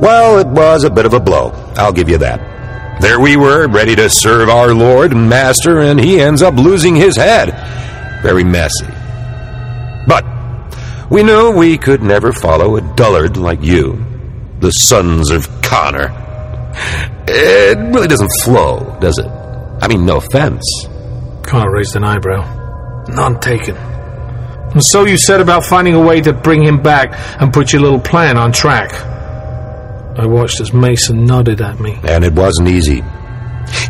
Well, it was a bit of a blow. I'll give you that. There we were, ready to serve our Lord and Master, and he ends up losing his head. Very messy. But we knew we could never follow a dullard like you, the sons of Connor. It really doesn't flow, does it? I mean, no offense. Connor raised an eyebrow. None taken. And so you said about finding a way to bring him back and put your little plan on track. I watched as Mason nodded at me. And it wasn't easy.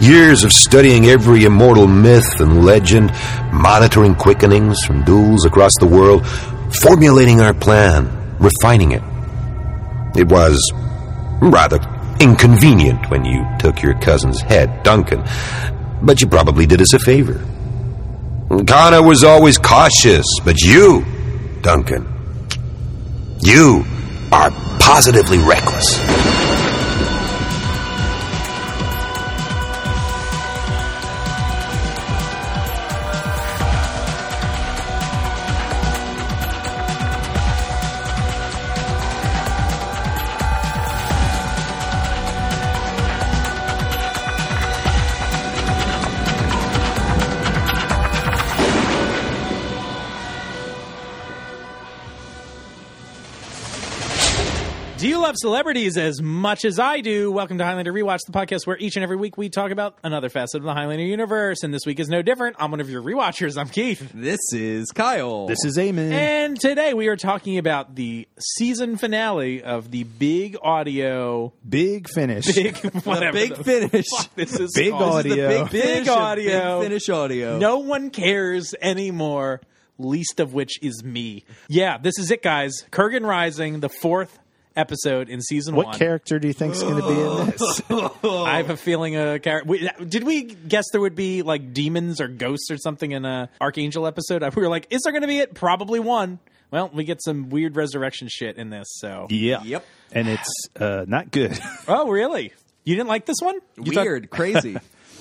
Years of studying every immortal myth and legend, monitoring quickenings from duels across the world, formulating our plan, refining it. It was rather inconvenient when you took your cousin's head, Duncan, but you probably did us a favor. Connor was always cautious, but you, Duncan, you are positively reckless. Do you love celebrities as much as I do? Welcome to Highlander Rewatch, the podcast where each and every week we talk about another facet of the Highlander universe. And this week is no different. I'm one of your rewatchers. I'm Keith. This is Kyle. This is Eamon. And today we are talking about the season finale of the Big Audio. Big finish. Big, the whatever big the finish. fuck this is Big called. This is Audio. The big, finish Big of audio. Big finish audio. No one cares anymore, least of which is me. Yeah, this is it, guys. Kurgan Rising, the fourth episode in season What one. character do you think's going to be in this? I Oh. have a feeling a character. Did we guess there would be like demons or ghosts or something in a Archangel episode? We were like, is there going to be it? Probably one. Well, we get some weird resurrection shit in this. So, yeah. Yep. And it's uh, not good. oh really? You didn't like this one? You Oh thought- Weird. crazy.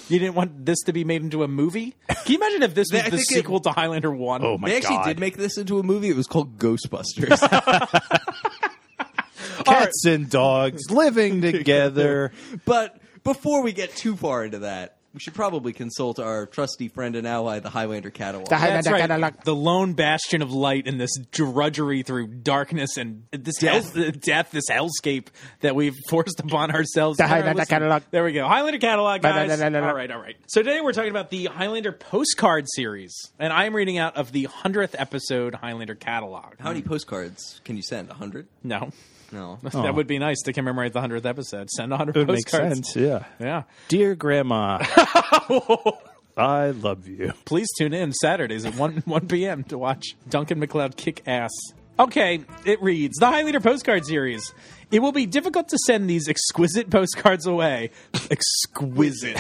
you didn't want this to be made into a movie? Can you imagine if this was I the think it- sequel to Highlander One? Oh my they actually god. did make this into a movie. It was called Ghostbusters. Cats and dogs living together. but before we get too far into that, we should probably consult our trusty friend and ally, the Highlander Catalog. That's right. The lone bastion of light in this drudgery through darkness and this death, hell, death this hellscape that we've forced upon ourselves. The and our Highlander listeners. catalog. There we go. Highlander catalog, guys. all Da-da-da-da-da. right, all right. So today we're talking about the Highlander postcard series, and I'm reading out of the hundredth episode Highlander catalog. How many postcards can you send? A hundred? No, No. that would be nice to commemorate the hundredth episode. Send a Oh. It hundred would make postcards. sense. Yeah. Yeah. Dear Grandma, I love you. please tune in Saturdays at 1, 1 p.m. to watch Duncan McLeod kick ass. Okay, it reads The High Leader Postcard Series. It will be difficult to send these exquisite postcards away. Exquisite.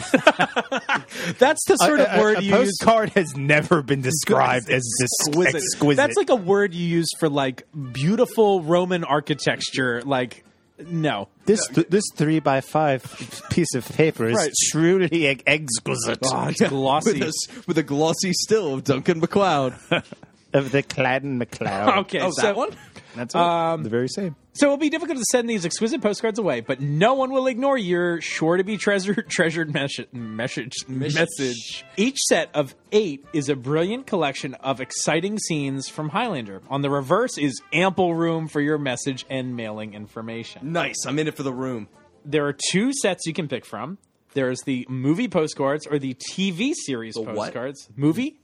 That's the sort of a, word a you use. postcard has never been described as this exquisite. That's like a word you use for like beautiful Roman architecture. Like, no. this th- this three by five piece of paper is Right. truly ex- exquisite Oh, it's With glossy. a, s- with a glossy still of Duncan McLeod. of the Cladden McLeod. Okay, Oh, so that one? that's it. the very same. So it'll be difficult to send these exquisite postcards away, but no one will ignore your sure to be treasured treasured message message message. Each set of 8 is a brilliant collection of exciting scenes from Highlander. On the reverse is ample room for your message and mailing information. Nice. I'm in it for the room. There are two sets you can pick from. There's the movie postcards or the TV series what? postcards. Movie?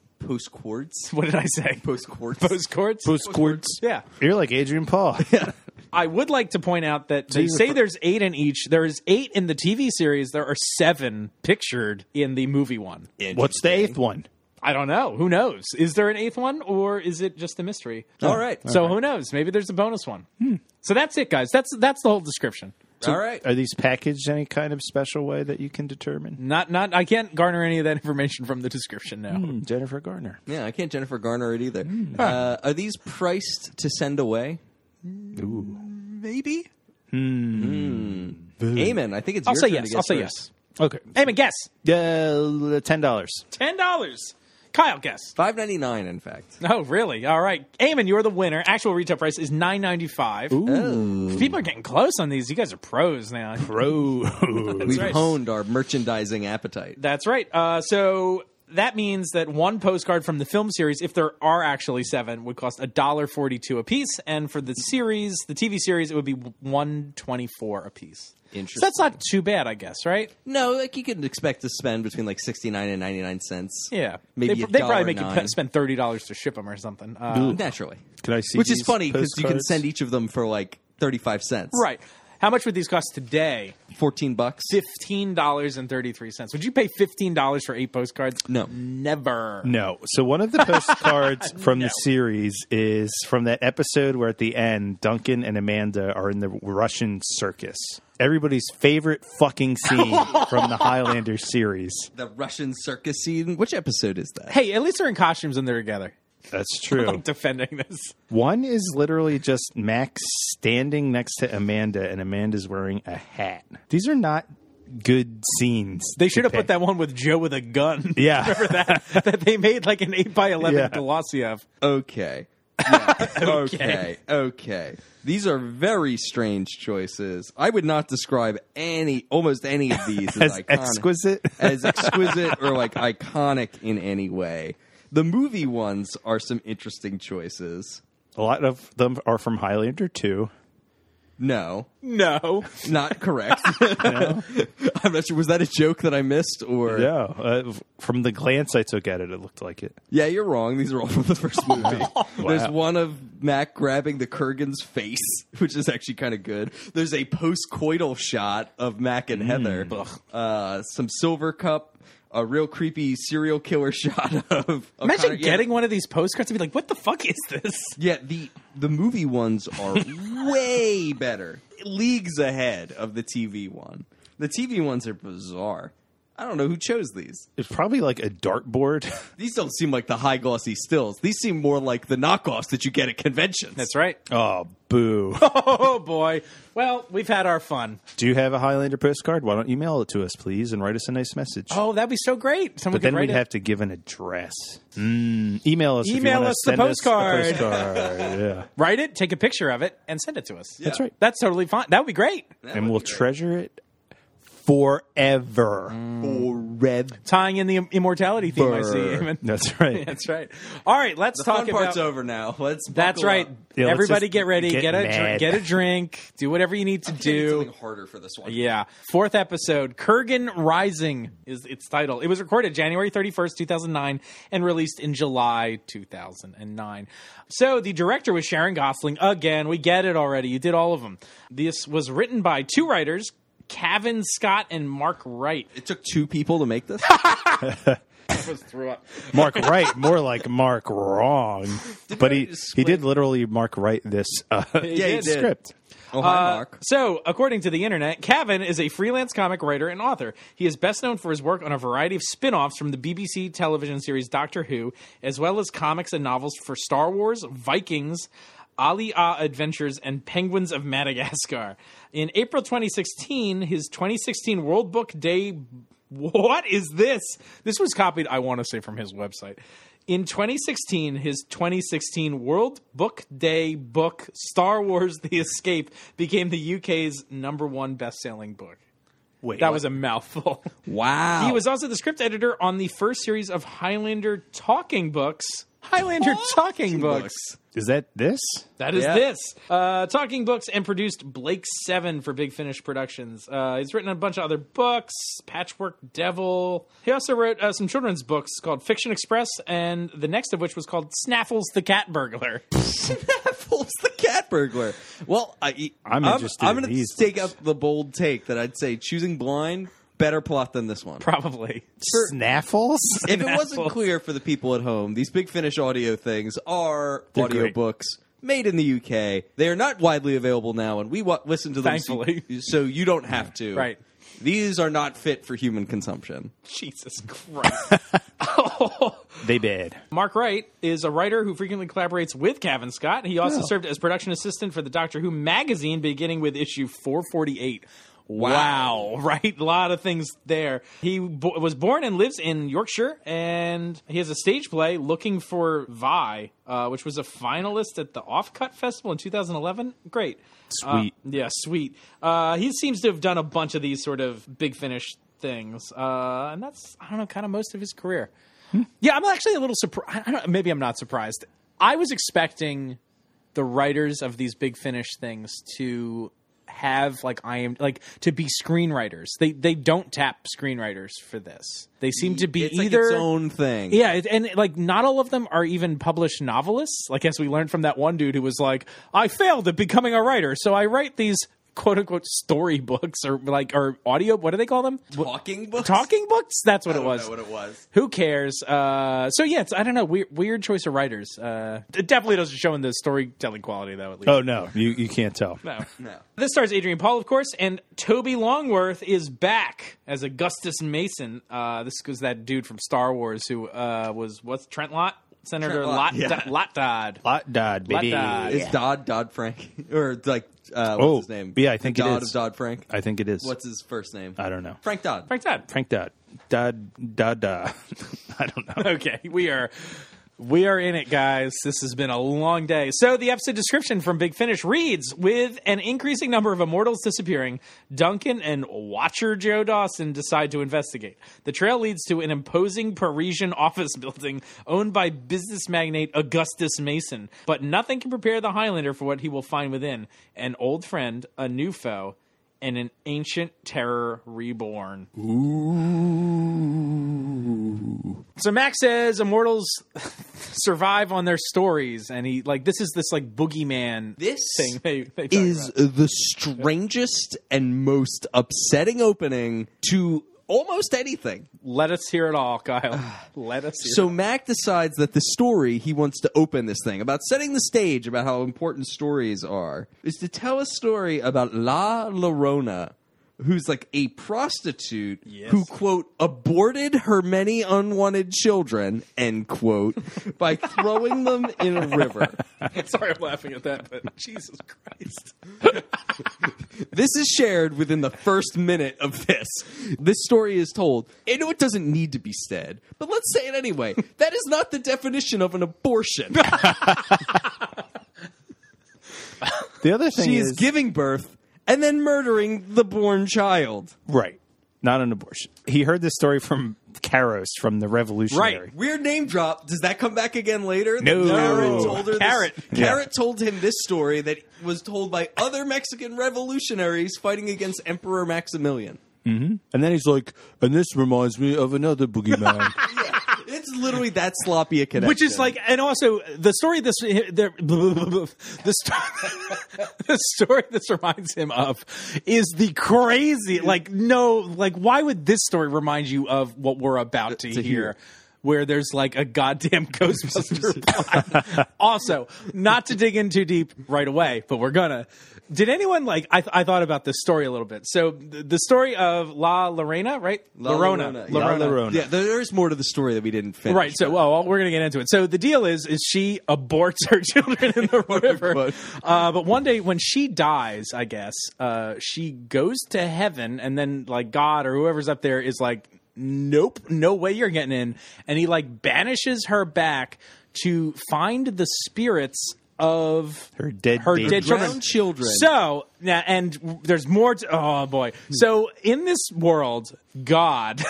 Postcards? What did I say? Postcards? Postcards? Postcards. yeah. You're like Adrian Paul. I would like to point out that they Jesus say Christ. there's eight in each. There's eight in the TV series. There are seven pictured in the movie one. What's the eighth one? I don't know. Who knows? Is there an eighth one or is it just a mystery? All right. So who knows? Maybe there's a bonus one. Hmm. So that's it, guys. That's that's the whole description. All right. Are these packaged any kind of special way that you can determine? Not not. I can't garner any of that information from the description Hmm. now. Mm, Jennifer Garner. Yeah, I can't Jennifer Garner it either. Hmm. Uh, are these priced to send away? Maybe Amen. Hmm. I think it's I'll your say turn to yes. guess I'll say first. yes. Okay. Hey, guess Uh, ten dollars. ten dollars. Kyle, guess. Five ninety nine, in fact. Oh, really? All right, Eamon, you're the winner. Actual retail price is nine ninety five. Oh. People are getting close on these. You guys are pros now. Bro. We've right. honed our merchandising appetite. That's right. Uh, so that means that one postcard from the film series, if there are actually seven, would cost a dollar forty-two a piece, and for the series, the TV series, it would be one twenty-four a piece. So Interesting. that's not too bad, I guess, right? no, like you could expect to spend between like sixty nine and ninety nine cents. Yeah, Maybe they, a they probably dollar make you nine. pe- spend thirty dollars to ship them or something. Uh, naturally, Can I see which is these funny because you can postcards? send e- each of them for like thirty five cents. right. How much would these cost today? fourteen bucks. Fifteen dollars and thirty-three cents. Would you pay fifteen dollars for eight postcards? No. never. No. So one of the postcards from the series is from that episode where at the end Duncan and Amanda are in the Russian circus. Everybody's favorite fucking scene from the Highlander series. The Russian circus scene. Which episode is that? Hey, at least they're in costumes and they're together. That's I'm true. defending this. One is literally just Max standing next to Amanda and Amanda's wearing a hat. These are not good scenes. They to should have pick. put that one with Joe with a gun. Yeah. that, that they made like an 8 by 11 Yeah. Colosseum. Okay. Yeah. okay. Okay. These are very strange choices. I would not describe any, almost any of these as, As iconic, exquisite? as exquisite or like iconic in any way. The movie ones are some interesting choices. A lot of them are from Highlander 2. No, No. not correct. I'm not sure. Was that a joke that I missed? Or Yeah. Uh, from the glance I took at it, it looked like it. Yeah, you're wrong. These are all from the first Oh, movie. There's one of Mac grabbing the Kurgan's face, which is actually kind of good. There's a post-coital shot of Mac and Heather. Mm, Uh, some silver cup, a real creepy serial killer shot of. of Imagine Connor- yeah. getting one of these postcards and be like, what the fuck is this? Yeah, the the movie ones are way better, leagues ahead of the TV one. The TV ones are bizarre. I don't know who chose these. It's probably like a dartboard. These don't seem like the high glossy stills. These seem more like the knockoffs that you get at conventions. That's right. oh, boo. Oh, boy. Well, we've had our fun. Do you have a Highlander postcard? Why don't you mail it to us, please, and write us a nice message? Oh, that'd be so great. Someone but then could write we'd it. have to give an address. Mm, email us. if you Email wanna us the send postcard. Us a postcard. yeah. write it, take a picture of it, and send it to us. That's right. That's totally fine. That would be great. and we'll treasure it forever. red. Tying in the im- immortality theme, Mm. I see. Burr. Eamon. That's right. That's right. All right, let's The talk fun part's about. over now. Let's. That's buckle right. up. Yeah, let's Everybody just get ready. get Get, a drink, mad. get a drink. Do whatever you need to I need do. something harder for this one. Yeah. Fourth episode, Kurgan Rising is its title. It was recorded January 31st, 2009, and released in July 2009. So the director was Sharon Gosling. Again, we get it already. You did all of them. This was written by two writers, Kevin Scott and Mark Wright. It took two people to make this. Mark Wright, more like Mark Wrong, but he just he did literally Mark Wright this uh, Yeah, he did. script. oh, hi, Uh, Mark. So, according to the internet, Cavan is a freelance comic writer and author. He is best known for his work on a variety of spin offs from the BBC television series Doctor Who, as well as comics and novels for Star Wars, Vikings, Ali Ah Adventures, and Penguins of Madagascar. In April 2016, his 2016 World Book Day. What is this? This was copied, I want to say, from his website. In 2016, his 2016 World Book Day book, Star Wars The Escape, became the UK's number one best selling book. Wait, That was a mouthful. Wow. He was also the script editor on the first series of Highlander talking books. Highlander talking books. is that this? That is Yeah. this. Uh, Talking Books and produced Blake Seven for Big Finish Productions. Uh, he's written a bunch of other books, Patchwork Devil. He also wrote uh, some children's books called Fiction Express, and the next of which was called Snaffles the Cat Burglar. Pulls the cat burglar. Well, I, e, I'm interested I'm in going to these take books. up the bold take that I'd say choosing blind better plot than this one. Probably. Er. Snaffles? if it wasn't apples. clear for the people at home, these big finish audio things are They're audio great. books made in the UK. They are not widely available now, and we wa- listen to them. so- Thankfully. so you don't have to. Right. These are not fit for human consumption. Jesus Christ. Oh, they bad. Mark Wright is a writer who frequently collaborates with Kevin Scott. He also served as production assistant for the Doctor Who magazine beginning with issue 448. Wow. right? A lot of things there. He bo- was born and lives in Yorkshire, and he has a stage play, Looking for Vi, uh, which was a finalist at the Offcut Festival in 2011. Great. Sweet. Uh, yeah, sweet. Uh, he seems to have done a bunch of these sort of big finish things, uh, and that's I don't know, kind of most of his career. Yeah, I'm actually a little surprised. I don't, maybe I'm not surprised. I was expecting the writers of these big finish things to have like I am like to be screenwriters. They they don't tap screenwriters for this. They seem to be it's like either its own thing. yeah, it- and like not all of them are even published novelists. Like as we learned from that one dude who was like, "I failed at becoming a writer, so I write these quote unquote storybooks or like or audio. What do they call them? talking books. Talking books? That's what I it don't was. know what it was. Who cares? Uh, so yeah, it's, I don't know. Weird, weird choice of writers. Uh, it definitely doesn't show in the storytelling quality though. At least. Oh no, you you can't tell. No. No. This stars Adrian Paul, of course, and Toby Longworth is back as Augustus Mason. Uh, this was that dude from Star Wars who uh, was what's Trent Lot, Senator Trent Lott, Lot, yeah. Lot, Dodd. Lot Dodd, baby. Dodd. Is Dodd Dodd Frank or like uh, what's Oh, his name? yeah, I think it Dodd is. of Dodd Frank. I think it is. What's his first name? I don't know. Frank Dodd. Frank Dodd. Frank Dodd. Dodd Dodd Dodd. I don't know. Okay, we are. We are in it, guys. This has been a long day. So, the episode description from Big Finish reads With an increasing number of immortals disappearing, Duncan and Watcher Joe Dawson decide to investigate. The trail leads to an imposing Parisian office building owned by business magnate Augustus Mason. But nothing can prepare the Highlander for what he will find within an old friend, a new foe, and an ancient terror reborn. So Max says immortals survive on their stories, and he like this is this like boogeyman This thing. They, they talk is about. the strangest and most upsetting opening to almost anything. let us hear it all, Kyle. let us hear. Ah. So Mac decides that the story he wants to open this thing about setting the stage about how important stories are is to tell a story about La Llorona, who's like a prostitute who quote aborted her many unwanted children end quote by throwing them in a river. it. Sorry, I'm laughing at that, but Jesus Christ. This is shared within the first minute of this. This story is told. I know it doesn't need to be said, but let's say it anyway. That is not the definition of an abortion. The other thing She is is giving birth and then murdering the born child. right, not an abortion. He heard this story from Karos from the Revolutionary. Right. Weird name drop. Does that come back again later? No. Carrot told her this- Carrot. Carrot told him this story that was told by other Mexican revolutionaries fighting against Emperor Maximilian. And then he's like, and this reminds me of another boogeyman. It's literally that sloppy a connection. Which is like, and also the story. This the, the, sto- the story this reminds him of is the crazy. Like, no, like, why would this story remind you of what we're about to, hear? to hear. Where there's like a goddamn Ghostbuster plot. also, not to dig in too deep right away, but we're gonna. Did anyone like? I, I thought about this story a little bit. So the, the story of La Lorena, right? La Llorona. Llorona, yeah. La Llorona. Llorona. Yeah, there is more to the story that we didn't finish. Right. So, well, well, we're going to get into it. So the deal is, is she aborts her children in the river. unquote. Uh, but one day when she dies, I guess, uh, she goes to heaven and then like God or whoever's up there is like, nope, no way you're getting in. And he like banishes her back to find the spirits of Her dead her baby. dead children. Drowned children. So now, and there's more. To, oh boy! So in this world, God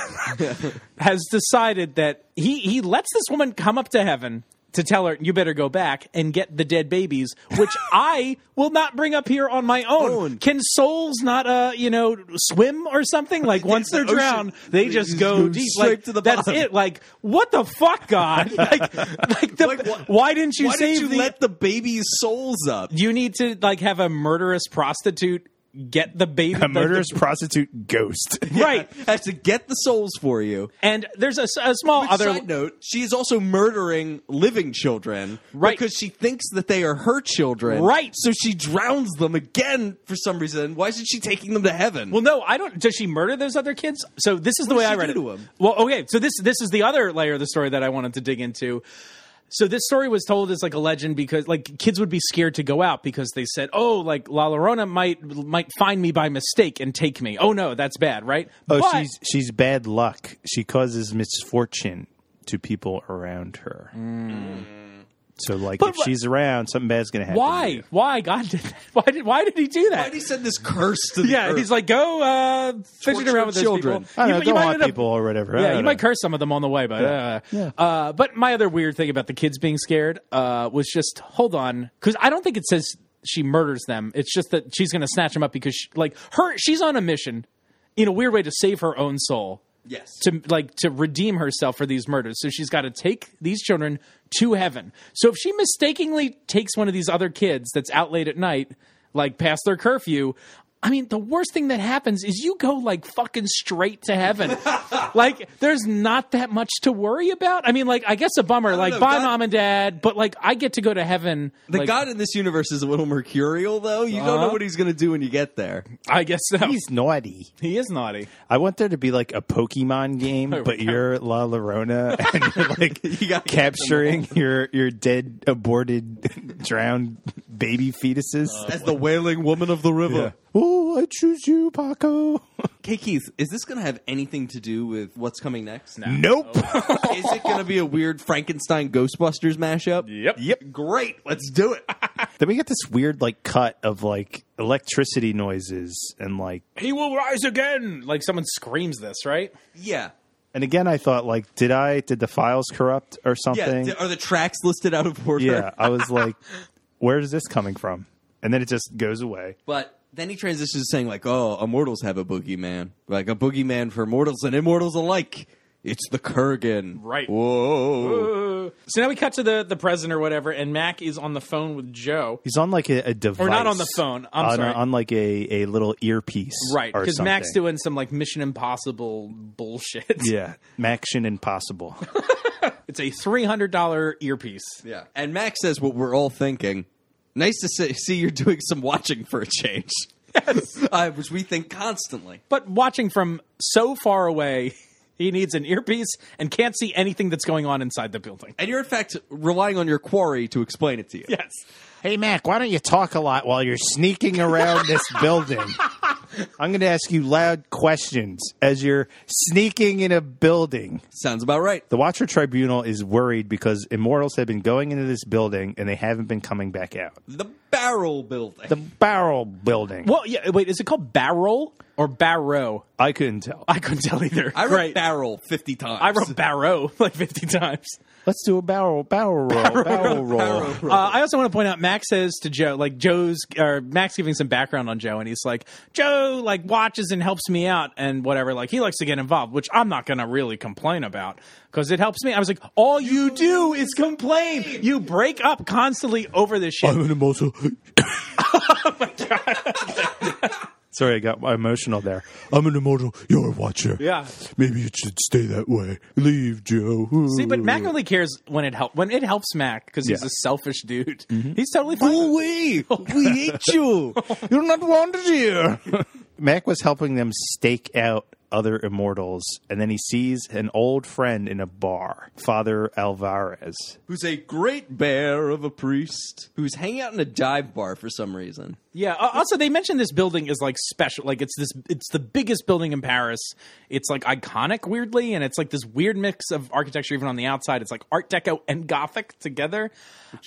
has decided that he he lets this woman come up to heaven to tell her you better go back and get the dead babies, which I will not bring up here on my own. Own. Can souls not, uh, you know, swim or something? Like once they're ocean. drowned, they They just just go go deep. straight like, to the that's bottom. it. Like what the fuck, God? like, like, the, Like, wh- why didn't you Why save did you the let the baby's souls up? you need to like have a murderous prostitute get the baby A murderous prostitute ghost. right Has to get the souls for you. and there's a, s- a small Which, other side note, she is also murdering living children, Right. Because she thinks that they are her children, Right. So she drowns them again for some reason. Why isn't she taking them to heaven? well no i don't does she murder those other kids so this is the What way does i she read do it to 'em? well okay so this this is the other layer of the story that i wanted to dig into So this story was told as like a legend because like kids would be scared to go out because they said, "Oh, like La Llorona might might find me by mistake and take me." Oh no, that's bad, right? Oh, But- she's she's bad luck. She causes misfortune to people around her. So, Mm. like, But if what- she's around, something bad's gonna happen. to why? you. Why God did that? Why did why did he do that? Why did he send this curse to the yeah, earth? he's like, go uh, fishing Torture around with those children. people. I don't know, go might haunt end up- people or whatever. I Yeah, don't you know. might curse some of them on the way, but uh, uh, but my other weird thing about the kids being scared uh, was just hold on because I don't think it says she murders them. It's just that she's going to snatch them up because she, like her, she's on a mission in a weird way to save her own soul yes. to like to redeem herself for these murders. So she's got to take these children to heaven. So if she mistakenly takes one of these other kids that's out late at night, like past their curfew, I mean, the worst thing that happens is you go like fucking straight to heaven. like there's not that much to worry about. I mean, like I guess a bummer, like know, bye God- mom and dad, but like I get to go to heaven. the like, Uh-huh. god in this universe is a little mercurial, though. You don't know what he's going to do when you get there. I guess so. He's naughty. he is naughty. I want there to be like a Pokemon game, Oh, but you're La Llorona and you're like You gotta capturing your your dead, aborted, drowned baby fetuses. Uh. As the wailing woman of the river. oh, I choose you, Oh. Paco. Hey Keith, is this going to have anything to do with what's coming next? No. Nope. is it going to be a weird Frankenstein Ghostbusters mashup? Yep. Yep. Great. Let's do it. then we get this weird like cut of like electricity noises and like He will rise again. Like someone screams this, right? yeah. and again I thought like did I did the files corrupt or Yeah. something? uh, Are the tracks listed out of order? yeah, I was like, where is this coming from? And then it just goes away. But then he transitions to saying, like, oh, immortals have a boogeyman. Like, a boogeyman for mortals and immortals alike. It's the Kurgan. Right. Whoa. So now we cut to the the president or whatever, and Mac is on the phone with Joe. He's on like a, a device, not on the phone. I'm on, a- sorry. on like a, a little earpiece, Right, Because because Mac's doing some like Mission Impossible bullshit. yeah, Maction Impossible. It's a three hundred dollar earpiece. Yeah. And Max says what we're all thinking. Nice to see, see you're doing some watching for a change. Yes. uh, which we think constantly. But watching from so far away, he needs an earpiece and can't see anything that's going on inside the building. And you're, in fact, relying on your quarry to explain it to you. Yes. hey Mac, why don't you talk a lot while you're sneaking around this building? I'm going to ask you loud questions as you're sneaking in a building. Sounds about right. The Watcher Tribunal is worried because immortals have been going into this building and they haven't been coming back out. The barrel building. The barrel building. Well, yeah. Wait, is it called barrel or barrow? I couldn't tell. I couldn't tell either. I wrote Right. barrel 50 times. I wrote barrow like fifty times. Let's do a barrel barrel roll. Barrel, roll. barrel roll. Uh, I also want to point out Max says to Joe, like Joe's or Max giving some background on Joe, and he's like, Joe like watches and helps me out and whatever. Like he likes to get involved, which I'm not gonna really complain about because it helps me. I was like, all you do is complain. You break up constantly over this shit. an immortal. oh my god. Sorry, I got emotional there. I'm an immortal. You're a watcher. Yeah. Maybe it should stay that way. Leave, Joe. See, but Mac only cares when it help when it helps Mac because he's Yeah. Mm-hmm. a selfish dude. He's totally fine. with it. Oh, we we hate you. You're not wanted here. Mac was helping them stake out other immortals, and then he sees an old friend in a bar, Father Alvarez. who's a great bear of a priest who's hanging out in a dive bar for some reason. Yeah. uh, Also, they mentioned this building is like special. Like it's this. It's the biggest building in Paris. It's like iconic, weirdly, and it's like this weird mix of architecture. Even on the outside, it's like Art Deco and Gothic together.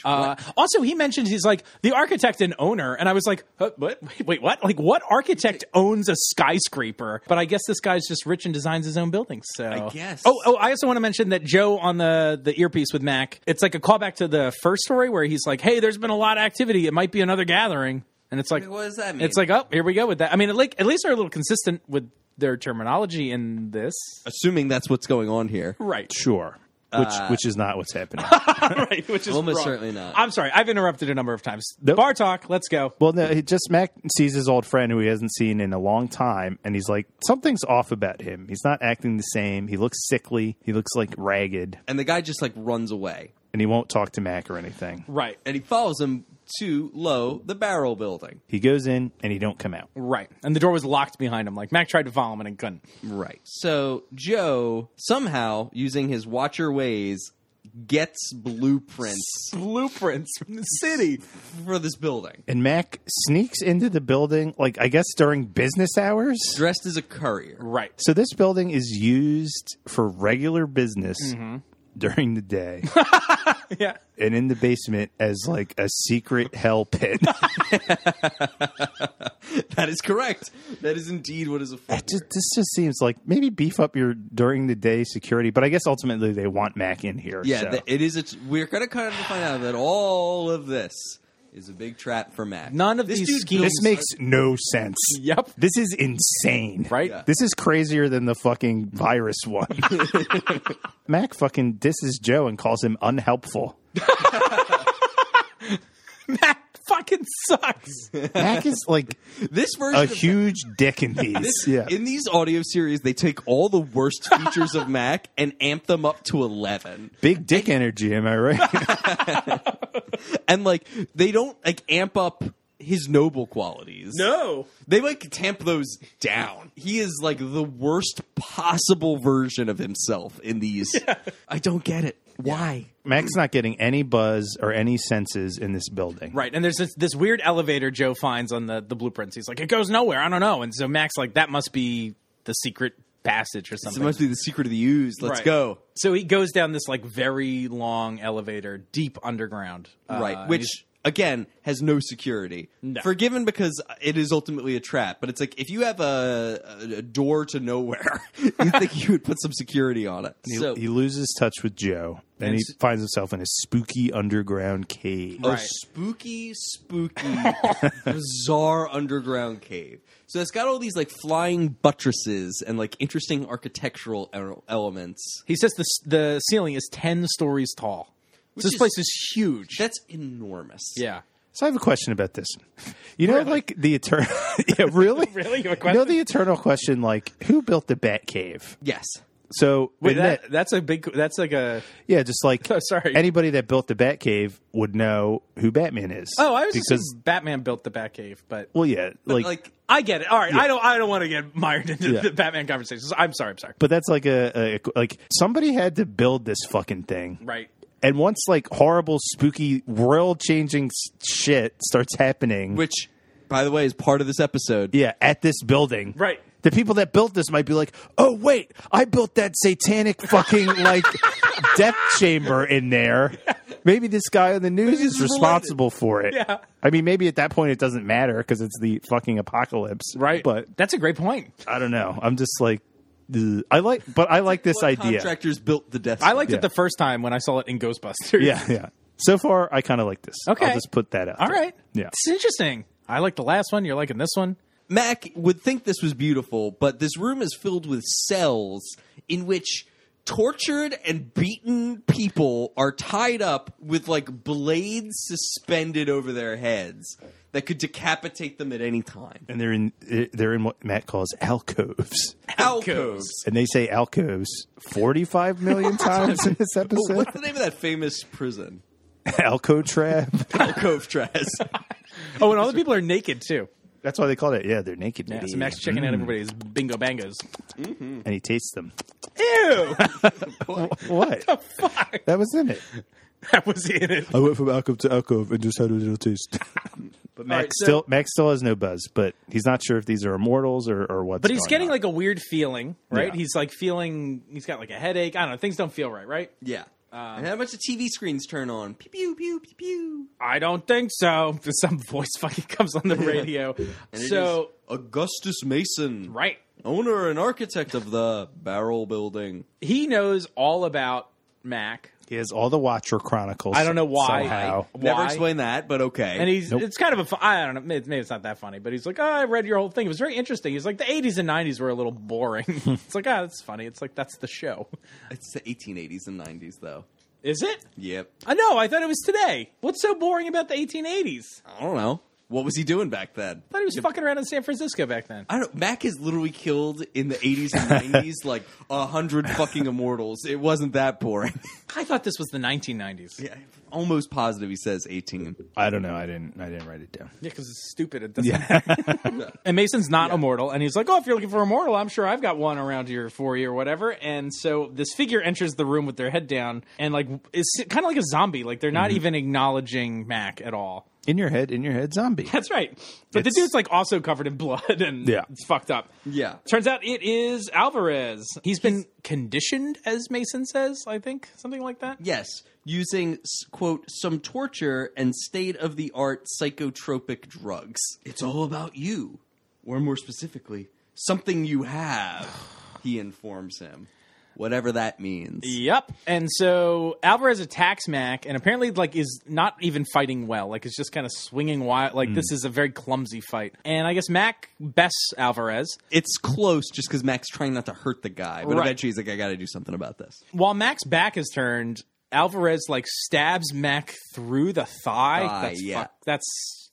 Uh, also, he mentioned he's like the architect and owner, and I was like, huh, what? Wait, wait, what? Like, what architect owns a skyscraper? But I guess this guy's just rich and designs his own buildings. So I guess. Oh, oh, I also want to mention that Joe on the the earpiece with Mac. It's like a callback to the first story where he's like, "Hey, there's been a lot of activity. It might be another gathering." And it's like, What does that mean? It's like, oh, here we go with that. I mean, at least, at least they're a little consistent with their terminology in this, Assuming that's what's going on here. right? Sure. Uh, Which, which is not what's happening. right, which is Almost wrong. certainly not. I'm sorry, I've interrupted a number of times. Nope. Bar talk. Let's go. well, no, he just Mac sees his old friend who he hasn't seen in a long time, and he's like, something's off about him. He's not acting the same. He looks sickly. He looks like ragged, and the guy just like runs away. and he won't talk to Mac or anything. Right, And he follows him to low the barrel building. He goes in and he don't come out. right. And the door was locked behind him. Like Mac tried to follow him and he couldn't. Right. So Joe somehow using his watcher ways gets blueprints Blueprints from the city. for this building. And Mac sneaks into the building, like, I guess during business hours. Dressed as a courier. Right. So this building is used for regular business during the day. Mm-hmm. Yeah. and in the basement as like a secret hell pit. That is correct. That is indeed what is a That just, this just seems like maybe beef up your during the day security, but I guess ultimately they want Mac in here. Yeah, so. th- it is. A t- we're going to kind of find out that all of this is a big trap for Mac. None of This these dude schemes- this makes no sense. Yep. This is insane. Right? Yeah. This is crazier than the fucking virus one. Mac fucking disses Joe and calls him unhelpful. That fucking sucks. Mac is like This version a of huge dick in these. Yeah. In these audio series, they take all the worst features of Mac and amp them up to 11. Big dick energy, am I right? And, like, they don't, like, amp up his noble qualities. No. They, like, tamp those down. He is, like, the worst possible version of himself in these. I don't get it. Why? Mac's not getting any buzz or any senses in this building. Right. And there's this, this weird elevator Joe finds on the, the blueprints. He's like, it goes nowhere. I don't know. And so Mac's like, that must be the secret passage or This something. must be the secret of the ooze. Let's Right. go. So he goes down this like very long elevator, deep underground. Uh, right and he's- which again has no security forgiven because it is ultimately a trap but it's like if you have a, a- a door to nowhere you think you would put some security on it He, so he loses touch with Joe, and, he finds himself in a spooky underground cave. a Oh, Right. spooky spooky bizarre underground cave so it's got all these like flying buttresses and like interesting architectural el- elements he says the, s- the ceiling is 10 stories tall. So this is- place is huge. that's enormous yeah. So I have a question about this. You know, like the eternal. yeah, really, Really? You have a You know question? the eternal question, like who built the Bat Cave? yes So Wait, in that, that- that's a big, that's like a, yeah, just like Oh, sorry. anybody that built the Bat Cave would know who Batman is. oh, I was because just Batman built the Batcave, but well, yeah, like, like, I get it. All right. I don't, I don't want to get mired into Yeah. the Batman conversations. I'm sorry. I'm sorry. but that's like a, a like somebody had to build this fucking thing, Right. And once like horrible, spooky, world changing shit starts happening, which by the way is part of this episode yeah, at this building, Right. The people that built this might be like, oh wait, I built that satanic fucking like death chamber in there. Maybe this guy on the news this is is related." responsible for it. Yeah. I mean, maybe at that point it doesn't matter because it's the fucking apocalypse. Right. But that's a great point. I don't know. I'm just like, ugh. I like, but I like this What idea. contractors built the death I liked Yeah. it the first time when I saw it in Ghostbusters. Yeah, yeah. So far, I kind of like this. Okay. I'll just put that out. All there. right. Yeah. It's interesting. I like the last one. You're liking this one. Mac would think this was beautiful, but this room is filled with cells in which tortured and beaten people are tied up with like blades suspended over their heads that could decapitate them at any time. And they're in eh, they're in what Matt calls alcoves, Alcoves. and they say alcoves forty five million times in this episode. What's the name of that famous prison? Alcotrap. Alcove Traz. Oh, and all the people are naked too. That's why they called it. Yeah, they're naked. Yeah, baby. so Max checking out Mm. everybody's bingo bangos. and he tastes them. Ew, What? That was in it. that was in it. I went from alcove to alcove and just had a little taste. but Max right, so- still Max still has no buzz, but he's not sure if these are immortals or or what's. But he's going getting on. like a weird feeling, right? Yeah. He's like feeling he's got like a headache. I don't know. Things don't feel right, right? Yeah. Um, and how much the TV screens turn on? Pew pew pew pew pew. I don't think so. Some voice fucking comes on the radio. And it so is Augustus Mason, right, owner and architect of the Barrel Building. he knows all about Mac. he has all the Watcher Chronicles. I don't know why. Somehow. Never Why? explain that, but okay. And he's Nope. it's kind of a fu- I don't know maybe maybe it's not that funny, but he's like, oh, I read your whole thing. It was very interesting. He's like the 80s and 90s were a little boring. it's like, ah, that's funny. It's like that's the show. It's the 1880s and 90s, though. Is it? Yep. I know. I thought it was today. What's so boring about the 1880s? I don't know. What was he doing back then? thought he was fucking around in San Francisco back then. I don't. Mac is literally killed in the 80s and 90s, like a hundred fucking immortals. It wasn't that boring. I thought this was the 1990s. Yeah, Almost positive he says 18. I don't know. I didn't. I didn't write it down. because it's stupid. It doesn't. and Mason's not immortal, and he's like, "Oh, if you're looking for immortal, I'm sure I've got one around here for you or whatever." And so this figure enters the room with their head down and like is kind of like a zombie. Like they're not even acknowledging Mac at all. In your head. In your head. Zombie. That's right. But the It's- dude's like also covered in blood and Yeah. it's fucked up. Yeah. Turns out it is Alvarez. He's been conditioned, as Mason says, I think, something like that. Yes, using s- quote some torture and state of the art psychotropic drugs. It's all about you, or more specifically, something you have. He informs him, whatever that means. Yep. And so Alvarez attacks Mac and apparently like is not even fighting well. Like it's just kind of swinging wild. Like this is a very clumsy fight. And I guess Mac bests Alvarez. It's close, just because Mac's trying not to hurt the guy, but Right. eventually he's like, I got to do something about this. While Mac's back is turned, Alvarez like stabs Mac through the thigh. Thigh, That's yeah. fuck- that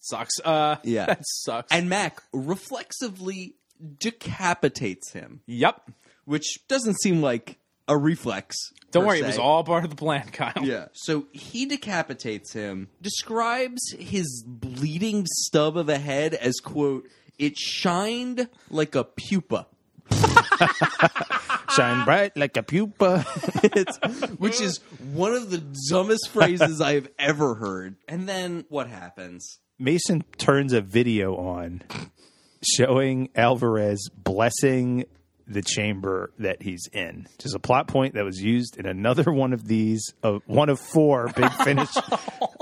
sucks. Uh Yeah. that sucks. And Mac reflexively decapitates him, yep. which doesn't seem like a reflex. Don't per worry, se. it was all part of the plan, Kyle. Yeah. So he decapitates him, describes his bleeding stub of a head as quote, it shined like a pupa. Shine bright like a pupa. It's, which is one of the dumbest phrases I've ever heard. And then what happens? Mason turns a video on showing Alvarez blessing the chamber that he's in. Just a plot point that was used in another one of these, of one of four Big Finish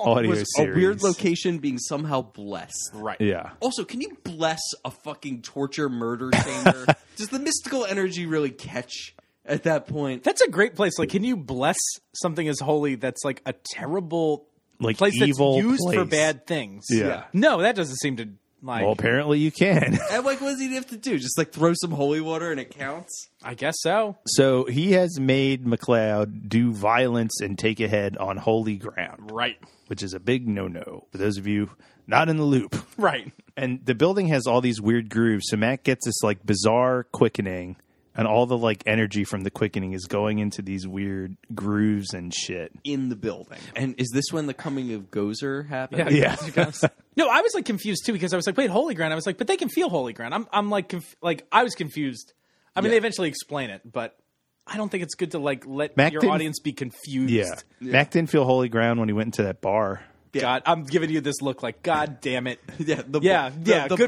Oh, audio Was a series. weird location being somehow blessed. Right. Yeah. Also, can you bless a fucking torture murder chamber? Does the mystical energy really catch at that point? That's a great place. Like, can you bless something as holy that's like a terrible Like place evil that's used for place. bad things? Yeah. Yeah. No, that doesn't seem to like. Well, apparently you can. And like, what does he have to do? Just like throw some holy water and it counts? I guess so. So he has made McLeod do violence and take a head on holy ground, Right. which is a big no no for those of you not in the loop. Right. And the building has all these weird grooves. So Matt gets this like bizarre quickening, and all the like energy from the quickening is going into these weird grooves and shit. in the building. And is this when the coming of Gozer happened? Yeah. No, I was like confused too because I was like, wait, holy ground. I was like, but they can feel holy ground. I'm, I'm like, conf- like I was confused. I mean, they eventually explain it, but I don't think it's good to like let Mac your didn't- audience be confused. yeah. Mac didn't feel holy ground when he went into that bar. God, I'm giving you this look like, God damn it. Yeah, the, Yeah, the- yeah. the good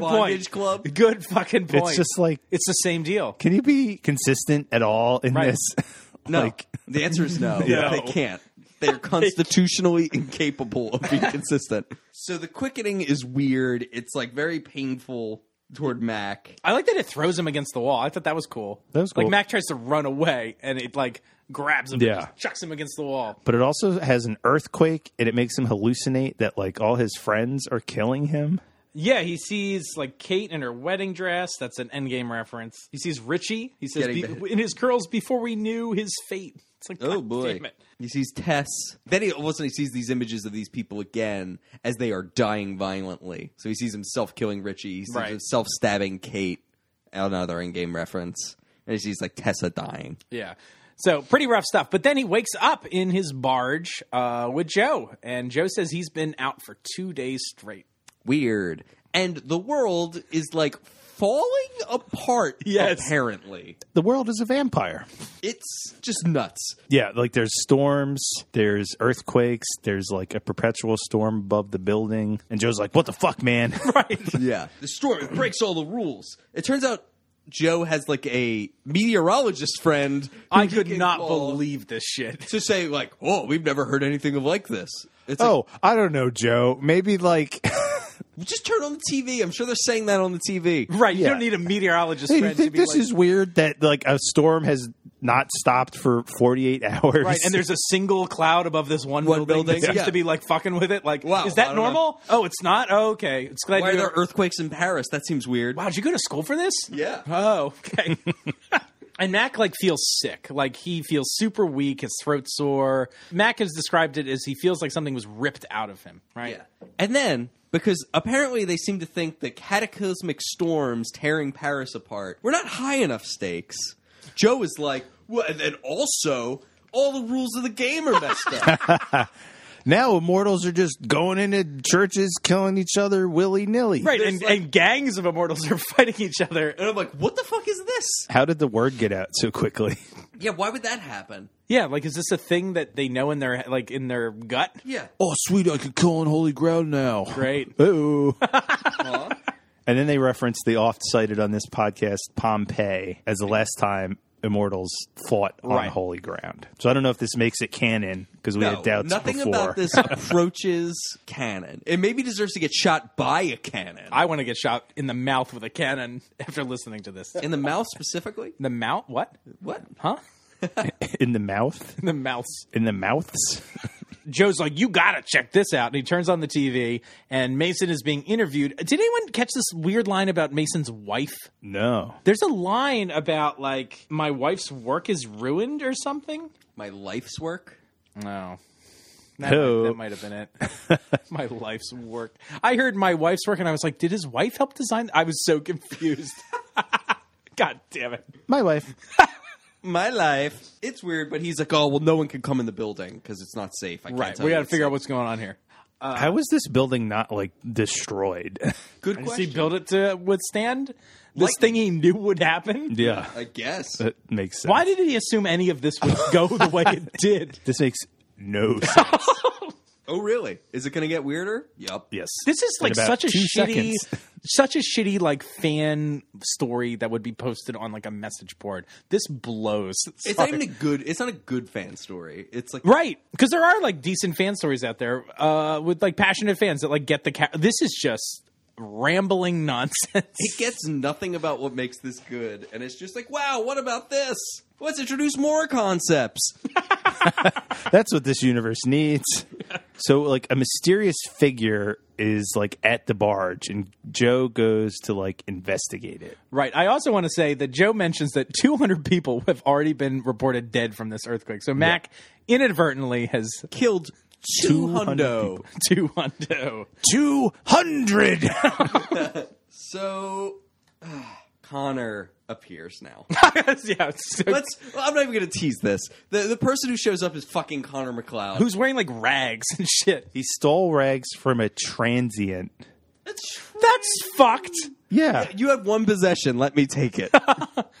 point. bondage club. Good fucking point. It's just like, it's the same deal. can you be consistent at all in Right. this? No, Like, the answer is no. No. They can't. They're constitutionally incapable of being consistent. So the quickening is weird. It's like very painful toward Mac. I like that it throws him against the wall. I thought that was cool. That was Like cool. Mac tries to run away and it like grabs him Yeah. and just chucks him against the wall. but it also has an earthquake and it makes him hallucinate that like all his friends are killing him. Yeah, he sees like Kate in her wedding dress. That's an endgame reference. He sees Richie. He says Getting "Be- in his curls before we knew his fate. It's like Oh God boy. damn it. He sees Tess. Then he all of a sudden he sees these images of these people again as they are dying violently. So he sees himself killing Richie. He sees Right. himself stabbing Kate. Another in game reference. And he sees like Tessa dying. Yeah. So pretty rough stuff. But then he wakes up in his barge uh, with Joe, and Joe says he's been out for two days straight. weird. And the world is like falling apart Yes. apparently. The world is a vampire. It's just nuts. Yeah, like there's storms, there's earthquakes, there's like a perpetual storm above the building. And Joe's like, what the fuck, man? Yeah. The storm it breaks all the rules. It turns out Joe has like a meteorologist friend. who I he could can not call believe this shit. to say like, "Oh, we've never heard anything of like this." It's oh, I don't know, Joe. Maybe like like, just turn on the TV. I'm sure they're saying that on the TV. Right, you Yeah. don't need a meteorologist hey, do you friend to think be this like, is weird that like a storm has not stopped for 48 hours. Right, and there's a single cloud above this one, One building, building, that seems yeah. to be like fucking with it. Like, Wow, is I that don't know. normal? Oh, it's not. Oh, okay, it's glad Why are you. there earthquakes in Paris? That seems weird. wow, did you go to school for this? Yeah. Oh, okay. and Mac like feels sick. Like he feels super weak. His throat's sore. Mac has described it as he feels like something was ripped out of him. Right. And then because apparently they seem to think that cataclysmic storms tearing Paris apart were not high enough stakes. Joe is like, well, and then also all the rules of the game are messed up. Now immortals are just going into churches, killing each other willy nilly. Right, There's and, like- and gangs of immortals are fighting each other. and I'm like, what the fuck is this? How did the word get out so quickly? Yeah, why would that happen? Yeah, like is this a thing that they know in their like in their gut? Yeah. Oh, sweet, I could kill on holy ground now. Right. Ooh. and then they referenced the oft cited on this podcast Pompeii as the last time immortals fought on Right. holy ground. So I don't know if this makes it canon because we had doubts nothing before. about this approaches canon. It maybe deserves to get shot by a cannon. I want to get shot in the mouth with a cannon after listening to this. In In the mouth specifically? the mouth? What? What? Huh? In the mouth? In the mouths. In the mouths? Joe's like, you gotta check this out. And he turns on the TV, and Mason is being interviewed. Did anyone catch this weird line about Mason's wife? No. There's a line about like my wife's work is ruined or something. My life's work? No. That, might, Who? that might have been it. my life's work. I heard my wife's work and I was like, did his wife help design? I was so confused. God damn it. My wife. My life. It's weird, but he's like, oh, well, no one can come in the building because it's not safe. I can't Right. tell We you got to it's figure out safe." what's going on here. How was this building not like destroyed? Good Does he question. build it to withstand this Like- thing he knew would happen? yeah. I guess. Uh, That makes sense. Why did he assume any of this would go the way it did? this makes no sense? oh, really? Is it going to get weirder? Yep. yes. This is In like about such a two shitty, seconds. such a shitty like fan story that would be posted on like a message board. This blows. It's not even a good. It's not a good fan story. It's like Right, because there are like decent fan stories out there uh, with like passionate fans that like get the cat. This is just rambling nonsense. it gets nothing about what makes this good, and it's just like, wow, what about this? Let's introduce more concepts. That's what this universe needs. So, like, a mysterious figure is like at the barge, and Joe goes to like investigate it. right. I also want to say that Joe mentions that 200 people have already been reported dead from this earthquake. So Mac inadvertently has Killed two 200 hundo. people. 200. Two hundred. So ah, Connor appears now. yeah. it's so- Let's. well, I'm not even going to tease this. The the person who shows up is fucking Connor McLeod. who's wearing like rags and shit? he stole rags from a transient. That's- That's fucked. Yeah, you had one possession. Let me take it.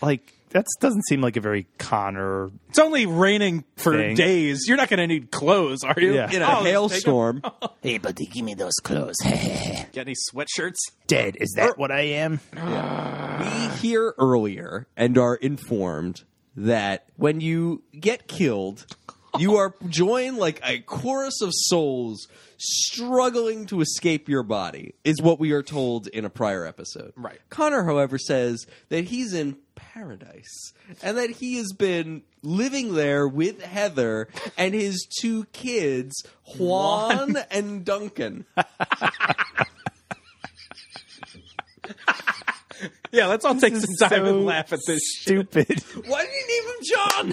like that doesn't seem like a very Connor. It's only raining for Thing. days. You're not going to need clothes, are you? Yeah. In In a Oh, hailstorm. Hey, buddy, give me those clothes. Get any sweatshirts? Dead? Is that what I am? we hear earlier and are informed that when you get killed, you are joined like a chorus of souls struggling to escape your body, is what we are told in a prior episode. Right. Connor, however, says that he's in paradise and that he has been living there with Heather and his two kids, Juan and Duncan. Yeah, let's all take some time so and laugh at this Stupid. Why did you name him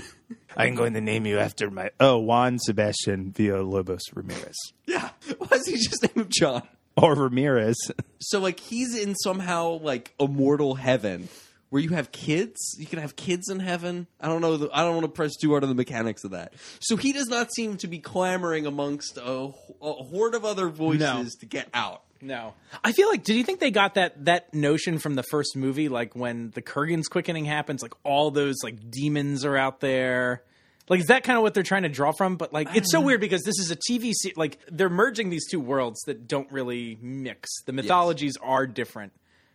John? I'm going to name you after my. Oh, Juan Sebastian Villalobos Ramirez Yeah. Why does he just name him John? or Ramirez. So like he's in somehow like immortal heaven where you have kids. You can have kids in heaven. I don't know. The, I don't want to press too hard on the mechanics of that. So he does not seem to be clamoring amongst a, a horde of other voices to get out. No, I feel like. Did you think they got that that notion from the first movie? Like when the Kurgan's quickening happens, like all those like demons are out there. Like is that kind of what they're trying to draw from? But like it's so weird because this is a TV se- like they're merging these two worlds that don't really mix. The mythologies are different,